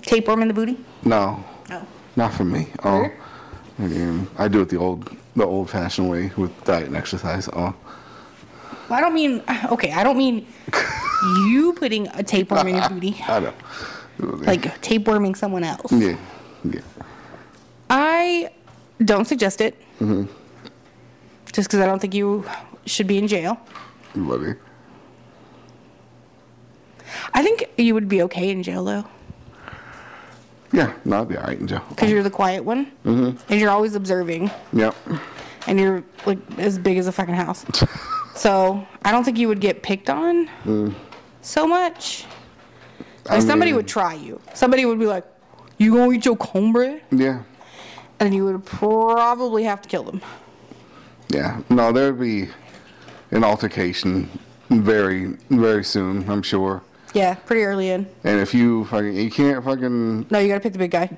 B: Tapeworm in the booty?
A: no,
B: Oh.
A: not for me. Oh,
B: Sure.
A: again, I do it the old, the old-fashioned way with diet and exercise. Oh,
B: Well, I don't mean okay, I don't mean you putting a tapeworm in your booty.
A: I know.
B: Like tapeworming someone else.
A: Yeah. Yeah.
B: I don't suggest it. Just because I don't think you should be in jail.
A: Buddy.
B: I think you would be okay in jail though.
A: Yeah. No, I'll be all right in jail.
B: because you're the quiet one
A: Mm-hmm.
B: and you're always observing
A: Yep.
B: and you're like as big as a fucking house so i don't think you would get picked on so much like
A: Mm. I
B: somebody
A: mean-
B: would try you somebody would be like you gonna eat your cornbread
A: Yeah.
B: and you would probably have to kill them
A: Yeah. No, there'd be an altercation very, very soon, I'm sure.
B: yeah pretty early in
A: And if you fucking, you can't fucking,
B: no you gotta pick the big guy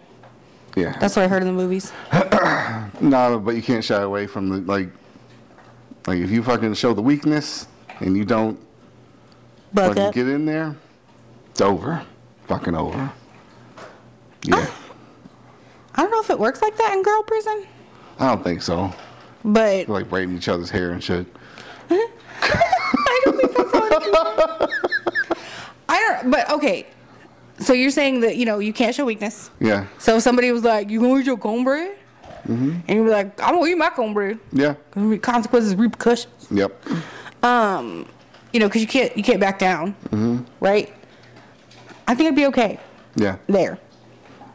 A: yeah.
B: that's what i heard in the movies
A: No, but you can't shy away from the like. Like if you fucking show the weakness and you don't
B: buck
A: fucking
B: up
A: get in there, it's over. Fucking over. Yeah,
B: i don't know if it works like that in girl prison
A: I don't think so.
B: but
A: Like braiding each other's hair and shit.
B: I don't think that's how it is. I don't. But okay, so you're saying that you know you can't show weakness.
A: Yeah,
B: So if somebody was like, "You gonna eat your cornbread?" and you were like, "I'm gonna eat my cornbread."
A: yeah,
B: Gonna be Consequences, repercussions.
A: yep,
B: Um, you know, because you can't you can't back down, right? I think it'd be okay
A: yeah,
B: there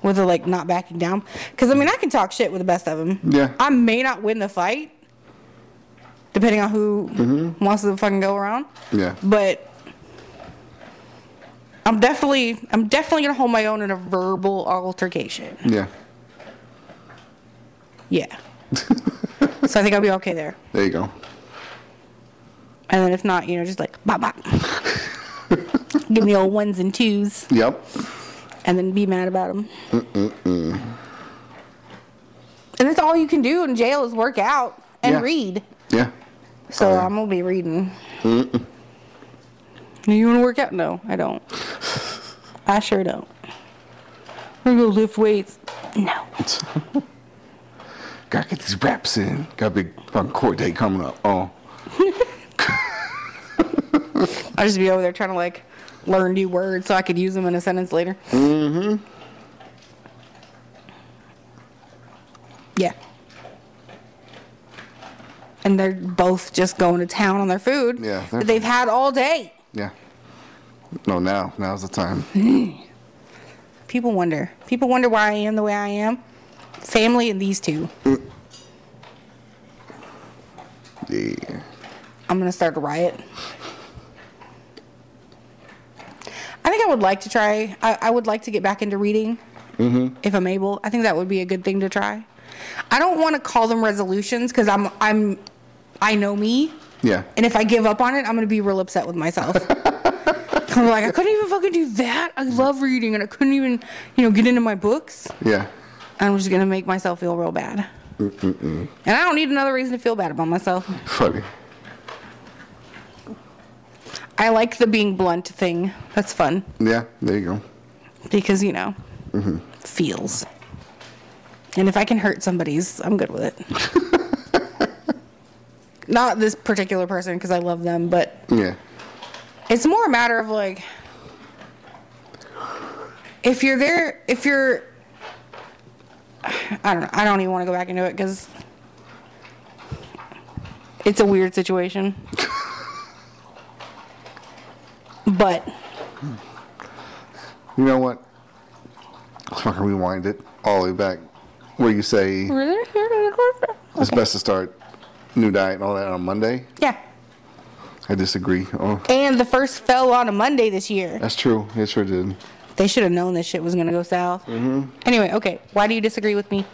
B: with the like not backing down. Because I mean, I can talk shit with the best of them.
A: Yeah.
B: I may not win the fight, depending on who wants to fucking go around
A: yeah,
B: but I'm definitely I'm definitely gonna hold my own in a verbal altercation.
A: yeah.
B: Yeah. so I think I'll be okay there.
A: There you go.
B: And then if not, you know, just like bop bop. Give me old ones and twos,
A: Yep.
B: and then be mad about them. And that's all you can do in jail is work out and
A: Yeah.
B: read.
A: Yeah.
B: So
A: Oh, yeah.
B: I'm gonna be reading. Do you wanna work out? No, I don't. I sure don't. We're gonna lift weights. No.
A: Gotta get these raps in. Got a big fucking court date coming up. Oh,
B: I'll just be over there trying to like learn new words so I could use them in a sentence later. Mm-hmm. Yeah. And they're both just going to town on their food
A: Yeah, they're
B: that they've had all day.
A: Yeah. No, now. Now's the time.
B: People wonder. People wonder why I am the way I am. Family and these two.
A: Yeah.
B: I'm gonna start a riot. I think I would like to try. I, I would like to get back into reading if I'm able. I think that would be a good thing to try. I don't want to call them resolutions because I'm I'm I know me,
A: Yeah.
B: and if I give up on it, I'm gonna be real upset with myself. I'm like I couldn't even fucking do that. I love reading, and I couldn't even you know get into my books.
A: Yeah.
B: I'm just gonna make myself feel real bad, and I don't need another reason to feel bad about myself.
A: Funny.
B: I like the being blunt thing. That's fun
A: Yeah. There you go.
B: because you know feels. And if I can hurt somebody's, I'm good with it. Not this particular person because I love them, but
A: Yeah.
B: it's more a matter of like if you're there, if you're. I don't know. I don't even want to go back into it because it's a weird situation. but.
A: You know what? Let's fucking rewind it all the way back where you say it's best to start new diet and all that on Monday.
B: Yeah.
A: I disagree. Oh,
B: And the first fell on a Monday this year.
A: that's true. It sure did.
B: They should have known this shit was going to go south. Mm-hmm. Anyway, okay. Why do you disagree with me?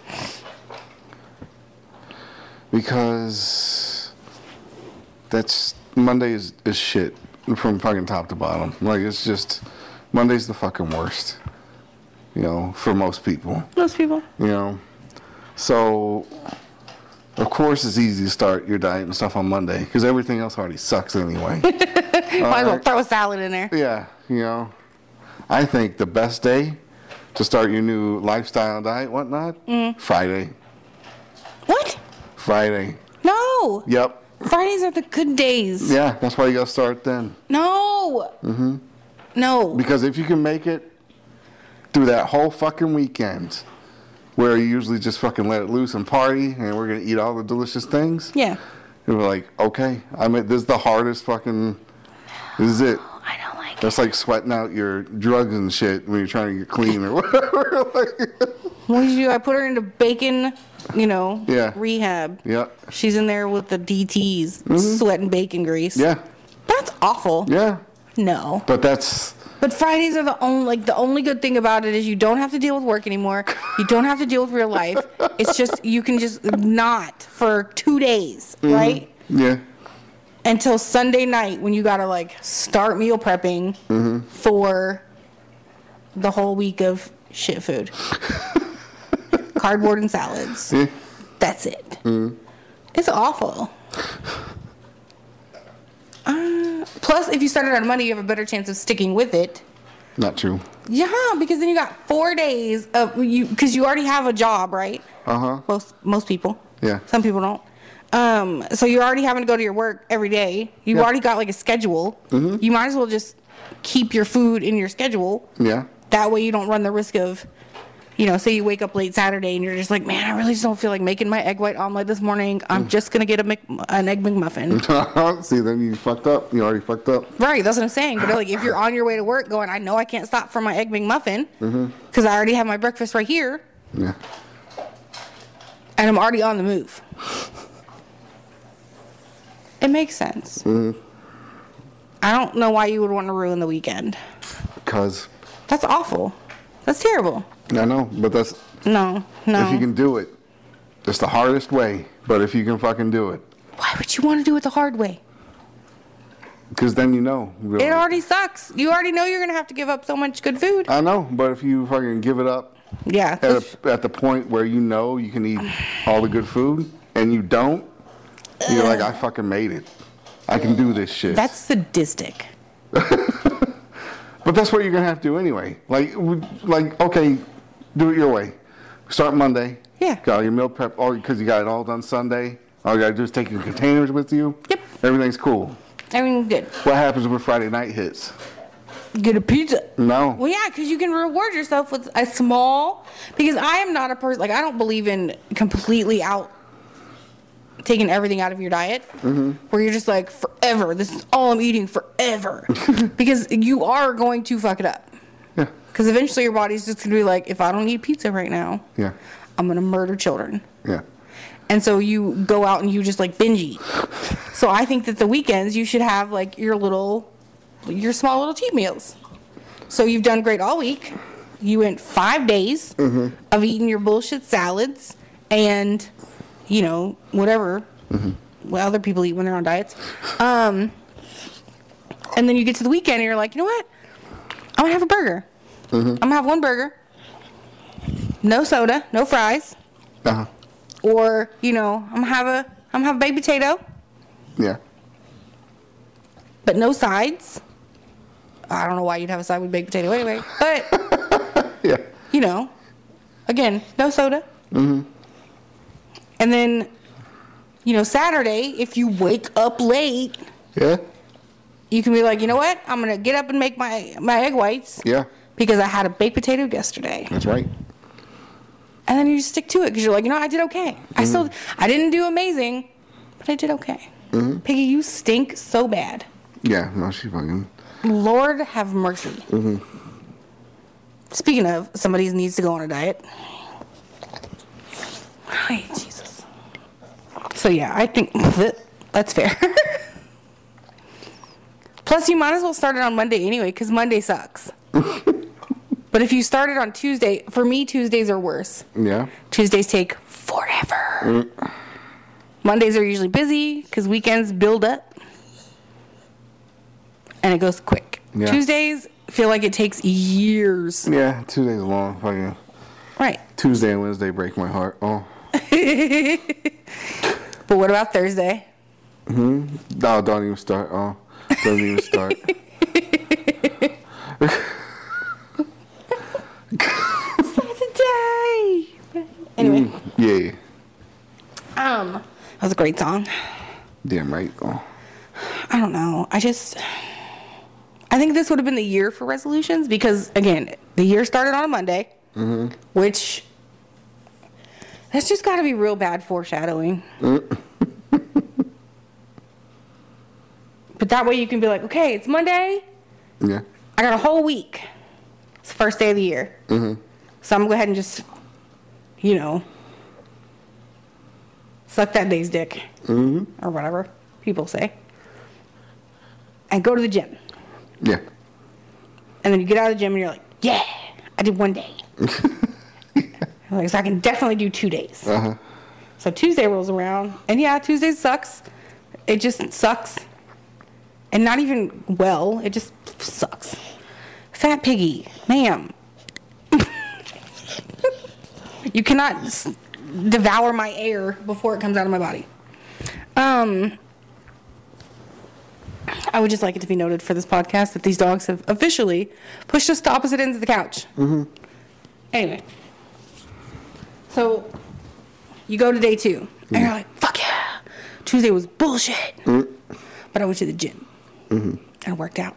A: because that's Monday is, is shit from fucking top to bottom. Like it's just Monday's the fucking worst. You know, for most people.
B: Most people.
A: You know, so of course it's easy to start your diet and stuff on Monday because everything else already sucks anyway.
B: Might as well throw a salad in there.
A: yeah, you know, I think the best day to start your new lifestyle diet whatnot Friday.
B: What?
A: Friday.
B: No.
A: Yep.
B: Fridays are the good days.
A: Yeah, that's why you gotta start then.
B: No. Mm-hmm. No.
A: Because if you can make it through that whole fucking weekend, where you usually just fucking let it loose and party, and we're gonna eat all the delicious things,
B: yeah.
A: you're like, okay, I mean, this is the hardest fucking. This is it.
B: I don't like it.
A: That's like sweating out your drugs and shit when you're trying to get clean or whatever. like,
B: What did you? I put her into bacon, you know,
A: Yeah.
B: rehab.
A: yeah, Mm-hmm.
B: She's in there with the DTs, sweating bacon grease.
A: yeah,
B: That's awful.
A: yeah.
B: No.
A: But that's
B: But Fridays are the only like the only good thing about it is you don't have to deal with work anymore. You don't have to deal with real life. It's just you can just not for two days, right?
A: yeah,
B: Until Sunday night when you gotta like start meal prepping for the whole week of shit food, cardboard and salads.
A: yeah.
B: That's it. It's awful. Uh, plus, if you started on money, you have a better chance of sticking with it.
A: Not true.
B: Yeah, because then you got four days of you because you already have a job, right?
A: Uh huh.
B: Most most people.
A: Yeah.
B: Some people don't. Um, so you're already having to go to your work every day. You've
A: Yeah. Mm-hmm.
B: already got like a schedule. You might as well just keep your food in your schedule.
A: Yeah.
B: That way you don't run the risk of, you know, say you wake up late Saturday and you're just like, man, I really just don't feel like making my egg white omelet this morning.
A: Mm.
B: I'm just gonna get a Mc, an egg McMuffin.
A: See, then you fucked up. You already fucked up.
B: Right, that's what I'm saying. But like, if you're on your way to work, going, I know I can't stop for my egg McMuffin because
A: Mm-hmm.
B: I already have my breakfast right here,
A: Yeah.
B: and I'm already on the move. It makes sense.
A: Mm-hmm.
B: I don't know why you would want to ruin the weekend.
A: Because
B: That's awful. That's terrible.
A: I know, but that's
B: No, no.
A: If you can do it, it's the hardest way. But if you can fucking do it,
B: why would you want to do it the hard way?
A: because then you know. You're
B: It
A: like,
B: already sucks. You already know you're gonna have to give up so much good food.
A: I know, but if you fucking give it up
B: yeah,
A: Uh, at, a, at the point where you know you can eat all the good food and you don't, you're like, I fucking made it. I can do this shit.
B: that's sadistic.
A: but that's what you're gonna have to do anyway. Like, we- like okay, do it your way. Start Monday.
B: Yeah.
A: Got all your meal prep, all because you got it all done Sunday. All you gotta do is take your containers with you.
B: Yep.
A: Everything's cool.
B: Everything's good.
A: What happens when Friday night hits?
B: Get a pizza.
A: No.
B: Well, yeah, because you can reward yourself with a small. Because I am not a person like I don't believe in completely out taking everything out of your diet, where you're just like forever. This is all I'm eating forever, because you are going to fuck it up.
A: Yeah.
B: Because eventually your body's just gonna be like, if I don't eat pizza right now,
A: Yeah.
B: I'm gonna murder children.
A: Yeah.
B: And so you go out and you just like binge eat. So I think that the weekends you should have like your little, your small little cheat meals. So you've done great all week. You went five days of eating your bullshit salads and, you know, whatever what other people eat when they're on diets. Um, and then you get to the weekend and you're like, you know what? I'm gonna have a burger. I'm gonna have one burger. No soda, no fries
A: Uh huh.
B: or you know, I'm have a I'm have a baked potato,
A: Yeah.
B: but no sides. I don't know why you'd have a side with baked potato anyway, but
A: Yeah.
B: you know, again, no soda. Mm-hmm. And then, you know, Saturday, if you wake up late,
A: Yeah.
B: you can be like, you know what? I'm gonna get up and make my my egg whites
A: Yeah.
B: because I had a baked potato yesterday.
A: That's right.
B: And then you just stick to it because you're like, you know, I did okay. I still, I didn't do amazing, but I did okay. Piggy, you stink so bad.
A: Yeah. No, she fucking.
B: Lord have mercy. Speaking of, somebody needs to go on a diet. Hi, Jesus. So yeah, I think that- that's fair. Plus, you might as well start it on Monday anyway, because Monday sucks. but if you start it on Tuesday, for me, Tuesdays are worse.
A: Yeah.
B: Tuesdays take forever. Mondays are usually busy because weekends build up and it goes quick.
A: Yeah.
B: Tuesdays feel like it takes years.
A: Yeah. Two days long. Fucking
B: Right.
A: Tuesday and Wednesday break my heart. Oh.
B: But what about Thursday?
A: No, don't even start. Oh. Don't even start.
B: Saturday. Anyway,
A: Mm. yeah.
B: um, that was a great song.
A: Damn right. Oh.
B: I don't know. I just, I think this would have been the year for resolutions because, again, the year started on a Monday, which that's just got to be real bad foreshadowing. but that way you can be like, okay, it's Monday.
A: Yeah.
B: I got a whole week. It's the first day of the year. So I'm going to go ahead and just, you know, suck that day's dick or whatever people say and go to the gym.
A: Yeah.
B: And then you get out of the gym and you're like, yeah, I did one day. like, so I can definitely do two days.
A: Uh huh.
B: So Tuesday rolls around, and yeah, Tuesday sucks. It just sucks. And not even well, it just sucks. Fat piggy, ma'am. you cannot s- devour my air before it comes out of my body. Um, I would just like it to be noted for this podcast that these dogs have officially pushed us to opposite ends of the couch. Mm-hmm. Anyway, so you go to day two,
A: Mm-hmm.
B: and you're like, fuck yeah. Tuesday was bullshit. But I went to the gym
A: Mm-hmm.
B: and I worked out.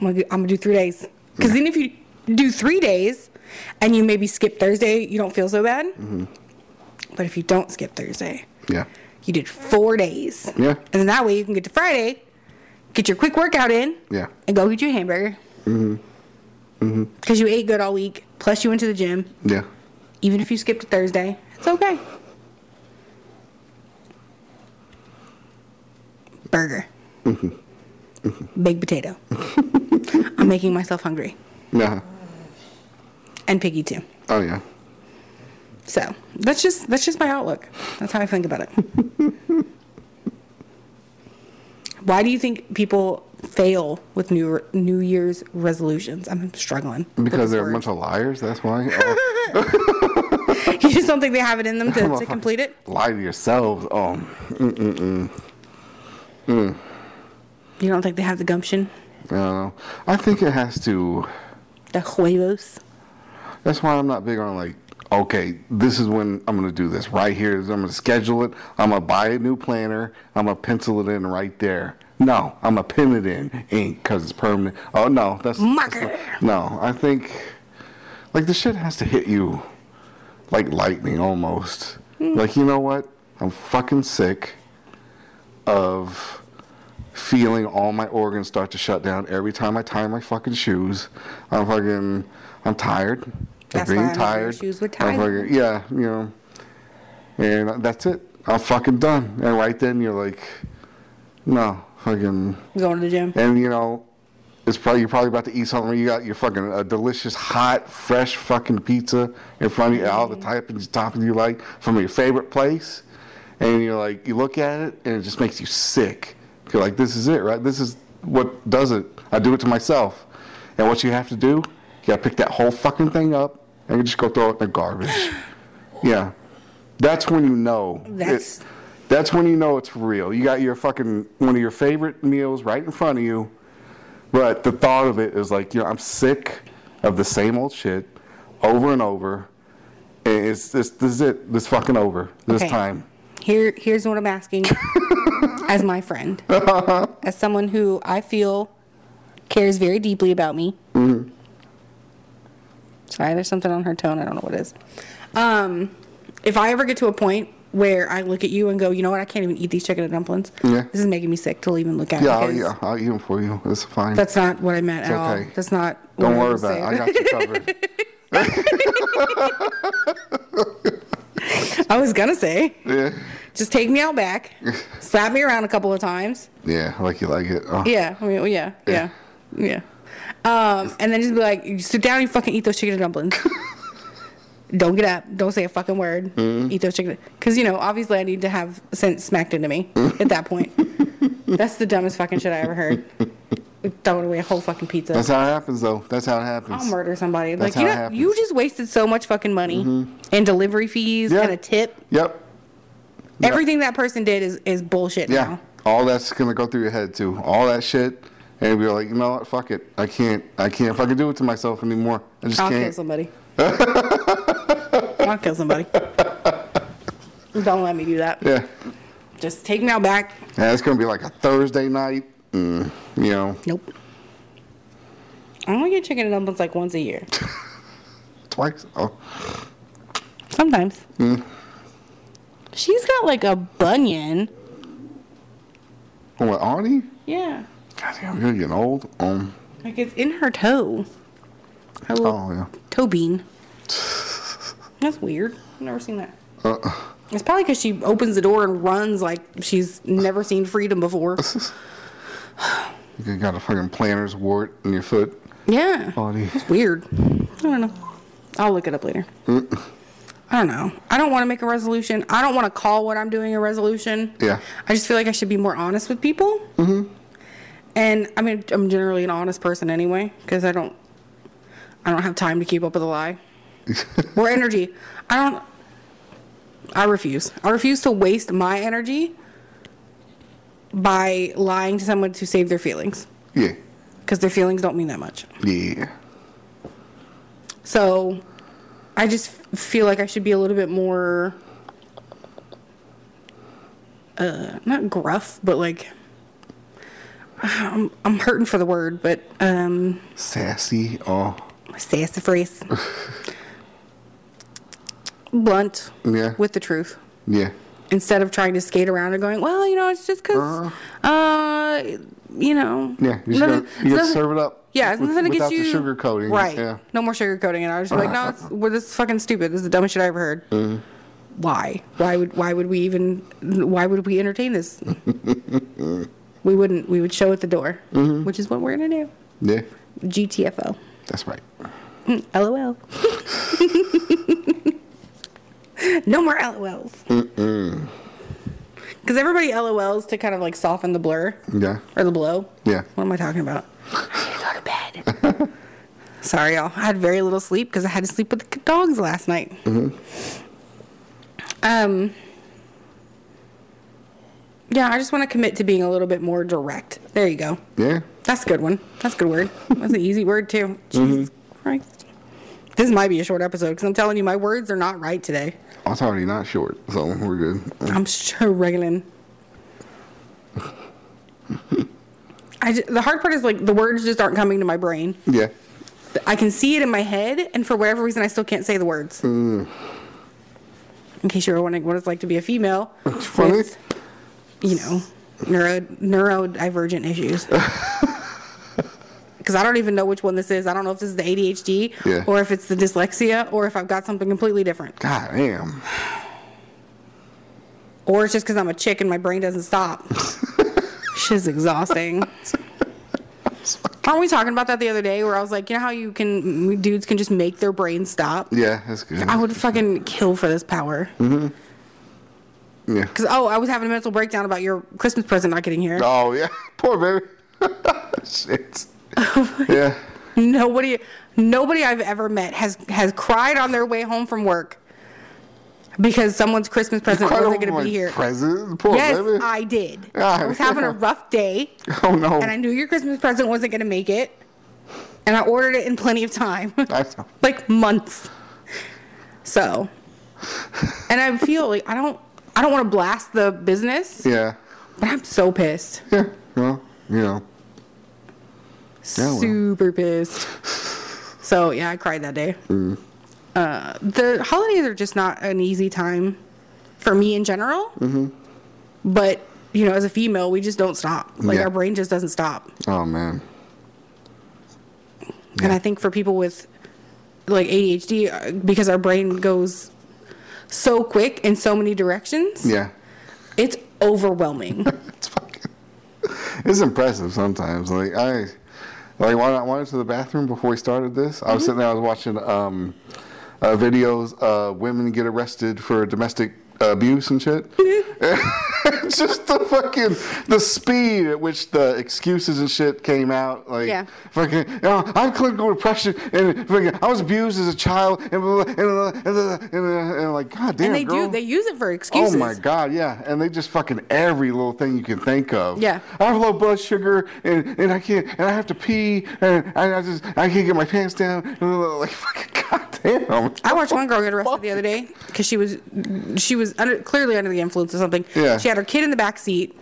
B: I'm gonna, do, I'm gonna do three days. Because then if you do three days and you maybe skip Thursday, you don't feel so bad.
A: Mm-hmm.
B: But if you don't skip Thursday,
A: Yeah.
B: you did four days.
A: Yeah.
B: And then that way you can get to Friday, get your quick workout in,
A: Yeah. Mm-hmm.
B: and go get your hamburger. Because you ate good all week, plus you went to the gym
A: Yeah.
B: even if you skipped a Thursday, it's okay. Burger.
A: Mm-hmm.
B: Baked potato. I'm making myself hungry.
A: Yeah.
B: And piggy too.
A: Oh yeah.
B: So that's just that's just my outlook. That's how I think about it. Why do you think people fail with new New Year's resolutions? I'm struggling. with
A: Because
B: this
A: they're a
B: word.
A: bunch of liars. That's why. Oh,
B: you just don't think they have it in them to, to
A: motherfucker.
B: complete it.
A: Lie to yourselves. Oh.
B: You don't think they have the gumption,
A: I don't know. I think it has to.
B: the huevos.
A: That's why I'm not big on like okay, this is when I'm going to do this. Right here is I'm going to schedule it. I'm going to buy a new planner. I'm going to pencil it in right there. No, I'm going to pin it in ink because it's permanent. Oh, no. That's, that's
B: Marker.
A: not- no, I think, like, the shit has to hit you like lightning almost. Like, you know what? I'm fucking sick of feeling all my organs start to shut down every time I tie my fucking shoes. I'm fucking, I'm tired.
B: That's
A: I'm being
B: why I don't wear
A: tired.
B: shoes with
A: I'm
B: ties.
A: fucking, yeah, you know. And that's it. I'm fucking done. And right then you're like, no, fucking.
B: Going to the gym.
A: And you know, it's probably you're probably about to eat something. You got your fucking a delicious, hot, fresh fucking pizza in front of you, all the toppings, toppings you like from your favorite place, and you're like, you look at it, and it just makes you sick. You're like, this is it, right? This is what does it. I do it to myself, and what you have to do, you got to pick that whole fucking thing up and you just go throw it in the garbage. yeah, that's when you know. it-
B: That's-
A: that's when you know it's real. You got your fucking one of your favorite meals right in front of you, but the thought of it is like, you know, I'm sick of the same old shit over and over. And it's this this is it. This fucking over. This
B: Okay.
A: time.
B: Here, here's what I'm asking, as my friend,
A: Uh-huh.
B: as someone who I feel cares very deeply about me.
A: Mm-hmm.
B: Sorry, there's something on her tone. I don't know what it is. Um, if I ever get to a point where I look at you and go, you know what, I can't even eat these chicken and dumplings.
A: Yeah.
B: This is making me sick to even look at.
A: Yeah, I'll,
B: because
A: yeah, I'll eat them for you. It's fine.
B: That's not what I meant at
A: okay.
B: all. That's not. what
A: Don't
B: I
A: worry
B: was
A: about it. I
B: saying.
A: got you covered.
B: I was gonna say,
A: yeah.
B: just take me out back, slap me around a couple of times.
A: yeah, like you like it. Oh,
B: Yeah, I mean, well, yeah, yeah, yeah. Um, and then just be like, you sit down, and you fucking eat those chicken and dumplings. don't get up. Don't say a fucking word.
A: Mm-hmm.
B: Eat those chicken. Because, you know, obviously I need to have sense smacked into me
A: Mm-hmm.
B: at that point. That's the dumbest fucking shit I ever heard. Throwing away a whole fucking pizza.
A: That's how it happens, though. That's how it happens.
B: I'll murder somebody.
A: That's
B: like, you,
A: how it
B: know, you
A: happens. Mm-hmm.
B: just wasted so much fucking money and delivery fees
A: Yeah.
B: and a tip.
A: Yep.
B: Everything that person did is, is bullshit
A: Yeah.
B: now.
A: All that's gonna go through your head too. All that shit, and you're like, you know what? Fuck it. I can't. I can't fucking do it to myself anymore. I just
B: I'll kill
A: can't.
B: somebody. I'll kill somebody. Don't let me do that.
A: Yeah.
B: Just take me out back.
A: Yeah, it's gonna be like a Thursday night. Mm, you know,
B: Nope. I only get chicken and dumplings like once a year.
A: twice. Oh,
B: Sometimes. She's got like a bunion.
A: what, Arnie?
B: Yeah.
A: Goddamn, you're getting old. Um.
B: Like it's in her toe. Her little
A: Oh yeah.
B: toe bean. That's weird. I've never seen that.
A: Uh,
B: It's probably because she opens the door and runs like she's never seen freedom before.
A: you got a fucking planner's wart in your foot,
B: Yeah.
A: Arnie.
B: It's weird. I don't know. I'll look it up later. I don't know. I don't want to make a resolution. I don't want to call what I'm doing a resolution.
A: Yeah.
B: I just feel like I should be more honest with people. Mm-hmm. And I mean, I'm generally an honest person anyway, because I don't, I don't have time to keep up with a lie or energy. I don't. I refuse. I refuse to waste my energy by lying to someone to save their feelings,
A: yeah.
B: because their feelings don't mean that much.
A: Yeah.
B: So I just f- feel like I should be a little bit more uh not gruff, but like I'm, I'm hurting for the word, but um
A: Sassy. Oh.
B: sassafras. Blunt
A: Yeah.
B: with the truth.
A: Yeah.
B: Instead of trying to skate around and going, well, you know, it's just because, uh, you know,
A: Uh-huh. Yeah. You just gotta, you
B: nothing-
A: gotta
B: nothing-
A: serve it up.
B: yeah, it's
A: with-
B: nothing
A: without
B: against you.
A: the sugar coating.
B: Right.
A: Yeah.
B: No more sugarcoating it. I was just like, no, it's, well, this is fucking stupid. This is the dumbest shit I ever heard.
A: Mm-hmm.
B: Why? Why would why would we even why would we entertain this? we wouldn't. We would show at the door,
A: Mm-hmm.
B: which is what we're gonna do.
A: Yeah.
B: GTFO.
A: That's right.
B: Mm, LOL. no more LOLs. Because everybody LOLs to kind of like soften the blur
A: Yeah.
B: or the blow.
A: Yeah.
B: What am I talking about? I need to go to bed. Sorry, y'all. I had very little sleep because I had to sleep with the dogs last night. Um. Yeah, I just want to commit to being a little bit more direct. There you go.
A: Yeah.
B: Mm-hmm. That's a good one. That's a good word. That's an easy word too. Jesus Christ. This might be a short episode because I'm telling you, my words are not right today.
A: It's already not short, so we're good.
B: I'm struggling. I ju- the hard part is like the words just aren't coming to my brain.
A: Yeah.
B: I can see it in my head, and for whatever reason, I still can't say the words. In case you were wondering what it's like to be a female,
A: It's funny.
B: with, you know, neuro neurodivergent issues. Because I don't even know which one this is. I don't know if this is the ADHD
A: Yeah.
B: or if it's the dyslexia or if I've got something completely different.
A: God damn.
B: Or it's just because I'm a chick and my brain doesn't stop. Shit's exhausting. Aren't we talking about that the other day where I was like, you know how you can, dudes can just make their brain stop?
A: Yeah, that's good.
B: I would fucking kill for this power.
A: Mm-hmm. Yeah.
B: Because, oh, I was having a mental breakdown about your Christmas present not getting here.
A: Oh yeah. Poor baby. Shit. yeah.
B: Nobody, nobody I've ever met has, has cried on their way home from work because someone's Christmas present
A: Cried
B: wasn't
A: over
B: going to
A: my
B: be here.
A: Present. Poor
B: yes,
A: baby.
B: I did.
A: Ah,
B: I was having a
A: yeah.
B: rough day.
A: oh no.
B: and I knew your Christmas present wasn't going to make it. And I ordered it in plenty of time,
A: That's-
B: like months. So, and I feel like I don't, I don't want to blast the business,
A: yeah.
B: but I'm so pissed,
A: Yeah. Well, you know. well.
B: super pissed. So yeah, I cried that day.
A: Mm.
B: Uh, the holidays are just not an easy time for me in general.
A: Mm-hmm.
B: But you know, as a female, we just don't stop. Like
A: Yeah.
B: our brain just doesn't stop.
A: Oh man.
B: And I think for people with like ADHD, uh, because our brain goes so quick in so many directions,
A: Yeah.
B: it's overwhelming.
A: It's fucking. It's impressive sometimes. Like I, like when I went to the bathroom before we started this,
B: Mm-hmm.
A: I was sitting there. I was watching um, uh, videos of women get arrested for domestic abuse and shit. it's just the fucking the speed at which the excuses and shit came out. Like
B: Yeah.
A: fucking, you know, I had clinical depression and fucking, I was abused as a child and blah, blah, blah, and, blah, blah, and, blah, and like god damn.
B: and they
A: girl.
B: do, they use it for excuses.
A: Oh my God, yeah. And they just fucking every little thing you can think of.
B: Yeah.
A: I have low blood sugar and, and I can't, and I have to pee and I, I just, I can't get my pants down. Like, fucking goddamn.
B: I watched one girl get arrested the other day because she was she was under, clearly under the influence of something.
A: Yeah. Mm-hmm.
B: She had her kid in the back seat,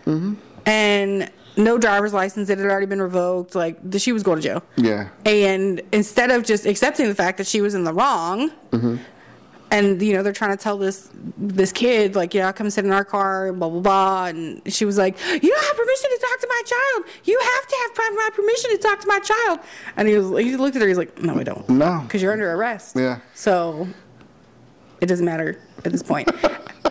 B: and no driver's license. It had already been revoked. Like th- she was going to jail.
A: Yeah.
B: And instead of just accepting the fact that she was in the wrong,
A: Mm-hmm.
B: and you know they're trying to tell this this kid like, yeah, come sit in our car, blah blah blah, and she was like, you don't have permission to talk to my child. You have to have pri- my permission to talk to my child. And he was he looked at her. He's like, no, I don't.
A: No.
B: Because you're under arrest.
A: Yeah.
B: So it doesn't matter at this point.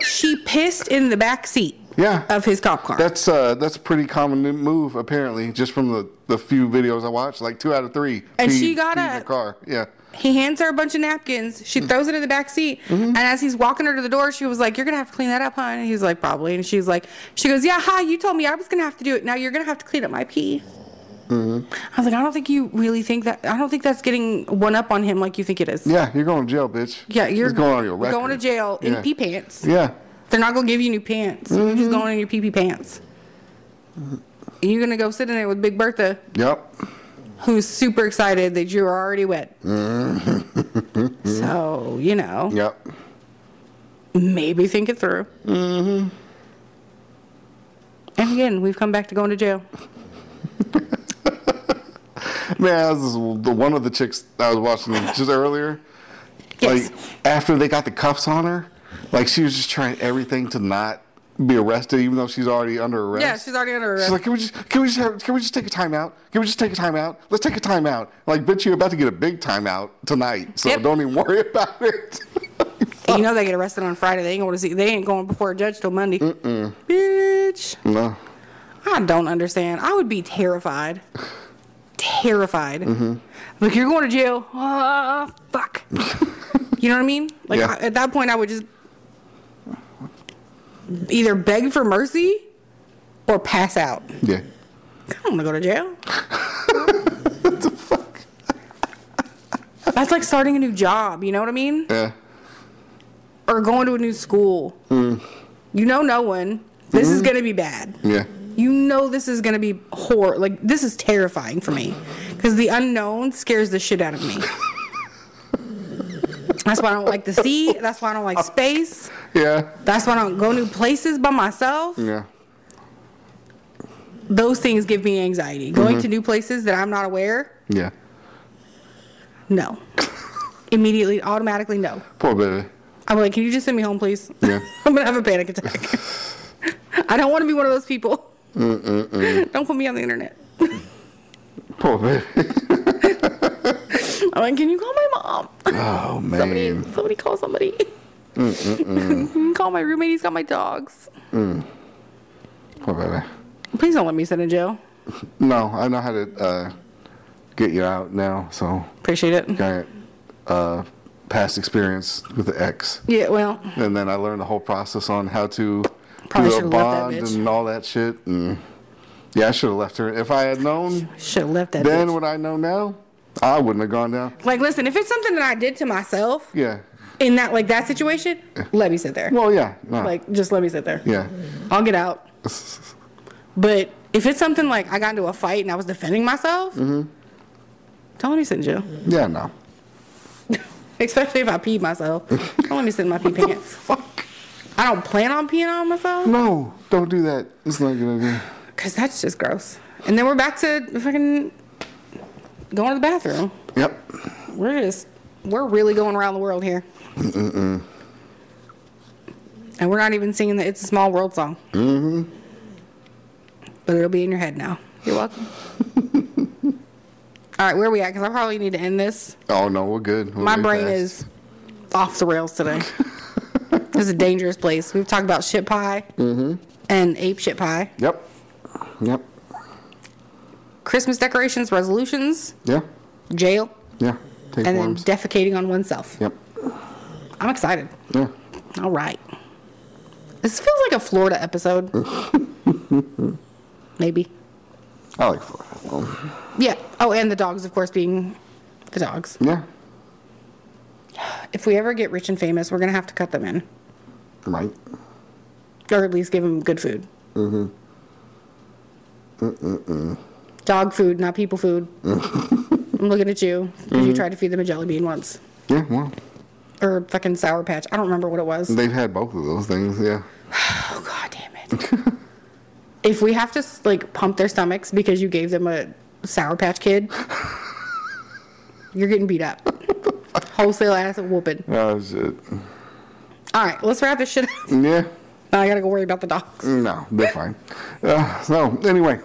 B: she pissed in the back seat.
A: Yeah.
B: Of his cop car.
A: That's, uh, that's a pretty common move, apparently, just from the, the few videos I watched. Like two out of three.
B: And
A: peed-
B: she got
A: peed in
B: up.
A: the car. Yeah.
B: He hands her a bunch of napkins. She
A: Mm.
B: throws it in the back seat.
A: Mm-hmm.
B: And as he's walking her to the door, she was like, You're going to have to clean that up, hon. And he's like, Probably. And she's like, She goes, Yeah, hi, you told me I was going to have to do it. Now you're going to have to clean up my pee.
A: Mm-hmm.
B: I was like, I don't think you really think that. I don't think that's getting one up on him like you think it is.
A: Yeah. You're going to jail, bitch.
B: Yeah, you're
A: It's going on your
B: you're
A: record.
B: going to jail in
A: Yeah. Mm-hmm.
B: pee pants.
A: Yeah.
B: They're not going to give you new pants. You're just going in your pee pee pants.
A: Mm-hmm.
B: And you're going to go sit in there with Big Bertha,
A: Yep.
B: who's super excited that you're already wet. so, you know.
A: Yep.
B: maybe think it through. Mm-hmm. And again, we've come back to going to jail.
A: Man, this is the one of the chicks I was watching just earlier.
B: Yes.
A: Like after they got the cuffs on her, like she was just trying everything to not be arrested, even though she's already under arrest.
B: yeah, she's already under arrest.
A: She's like, can we just can we just have, can we just take a timeout? Can we just take a timeout? Let's take a timeout. Like, bitch, you're about to get a big timeout tonight, so
B: Yep.
A: don't even worry about it.
B: And you know they get arrested on Friday. They ain't going to see. They ain't going before a judge till Monday. Bitch,
A: no,
B: I don't understand. I would be terrified. Terrified. Like you're going to jail. Oh, fuck. you know what I mean? Like
A: Yeah.
B: I, at that point, I would just either beg for mercy or pass out.
A: yeah,
B: I don't want to go to jail. what the fuck? That's like starting a new job, you know what I mean?
A: yeah,
B: Or going to a new school. You know no one. This is going to be bad.
A: yeah,
B: You know this is going to be horror. Like, this is terrifying for me. Because the unknown scares the shit out of me. That's why I don't like the sea. That's why I don't like space.
A: Yeah.
B: That's why I don't go new places by myself.
A: Yeah.
B: Those things give me anxiety. Going to new places that I'm not aware,
A: Yeah.
B: no. Immediately, automatically, no.
A: Poor baby.
B: I'm like, can you just send me home, please?
A: Yeah.
B: I'm gonna have a panic attack. I don't want to be one of those people. Don't put me on the internet.
A: Poor baby.
B: I'm like, can you call my mom?
A: Oh man.
B: Somebody, somebody call somebody. Can you call my roommate. He's got my dogs.
A: Poor baby.
B: Please don't let me sit in jail.
A: No, I know how to uh, get you out now. So
B: Appreciate it.
A: got uh, past experience with the ex,
B: Yeah, well,
A: and then I learned the whole process on how to
B: Probably
A: do a
B: should've left that
A: bond
B: bitch.
A: and all that shit. And yeah, I should have left her. If I had known
B: should have left that.
A: then,
B: bitch.
A: what I know now, I wouldn't have gone down.
B: Like, listen, if it's something that I did to myself
A: Yeah.
B: in that like that situation, let me sit there.
A: Well, yeah. No.
B: Like, just let me sit there.
A: yeah.
B: I'll get out. But if it's something like I got into a fight and I was defending myself, don't let me sit in jail.
A: Yeah. No.
B: Especially if I peed myself. Don't let me sit in my pee pants.
A: Fuck.
B: I don't plan on peeing on myself
A: No. Don't do that. It's not a good idea.
B: because that's just gross. And then we're back to fucking going to the bathroom.
A: Yep.
B: We're just, we're really going around the world here. And we're not even singing the It's a Small World song. Mm-hmm. But it'll be in your head now. You're welcome. All right, where are we at? Because I probably need to end this.
A: Oh no, we're good. We're
B: My
A: way
B: brain
A: past.
B: is off the rails today. this is a dangerous place. We've talked about shit pie and ape shit pie.
A: Yep. Yep.
B: Christmas decorations, resolutions,
A: Yeah.
B: jail,
A: Yeah. Take
B: and
A: worms.
B: then defecating on oneself.
A: yep.
B: I'm excited.
A: Yeah.
B: All right. This feels like a Florida episode. Maybe.
A: I like Florida. Well,
B: Yeah. Oh, and the dogs, of course, being the dogs.
A: yeah.
B: If we ever get rich and famous, we're going to have to cut them in,
A: Right.
B: or at least give them good food. Mm hmm.
A: Mm-hmm.
B: Dog food, not people food. I'm looking at you because you tried to feed them a jelly bean once.
A: Mm-hmm. Yeah. Well,
B: Or fucking Sour Patch. I don't remember what it was.
A: they've had both of those things. Yeah.
B: Oh god damn it. if we have to like pump their stomachs because you gave them a sour patch kid, you're getting beat up. Wholesale ass whooping.
A: Oh shit.
B: Alright, let's wrap this shit up.
A: Yeah.
B: Now I gotta go worry about the dogs.
A: No, they're fine. Uh, so anyway,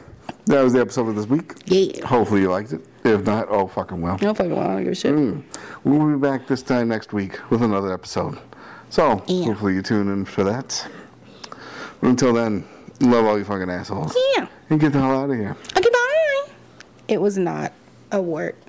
A: that was the episode of this week.
B: Yeah.
A: Hopefully you liked it. If not, oh fucking well.
B: No fucking well, I don't give a shit.
A: We'll be back this time next week with another episode. So
B: Yeah.
A: hopefully you tune in for that. But until then, love all you fucking assholes.
B: Yeah.
A: And get the hell out of here.
B: Okay, bye. It was not a wart.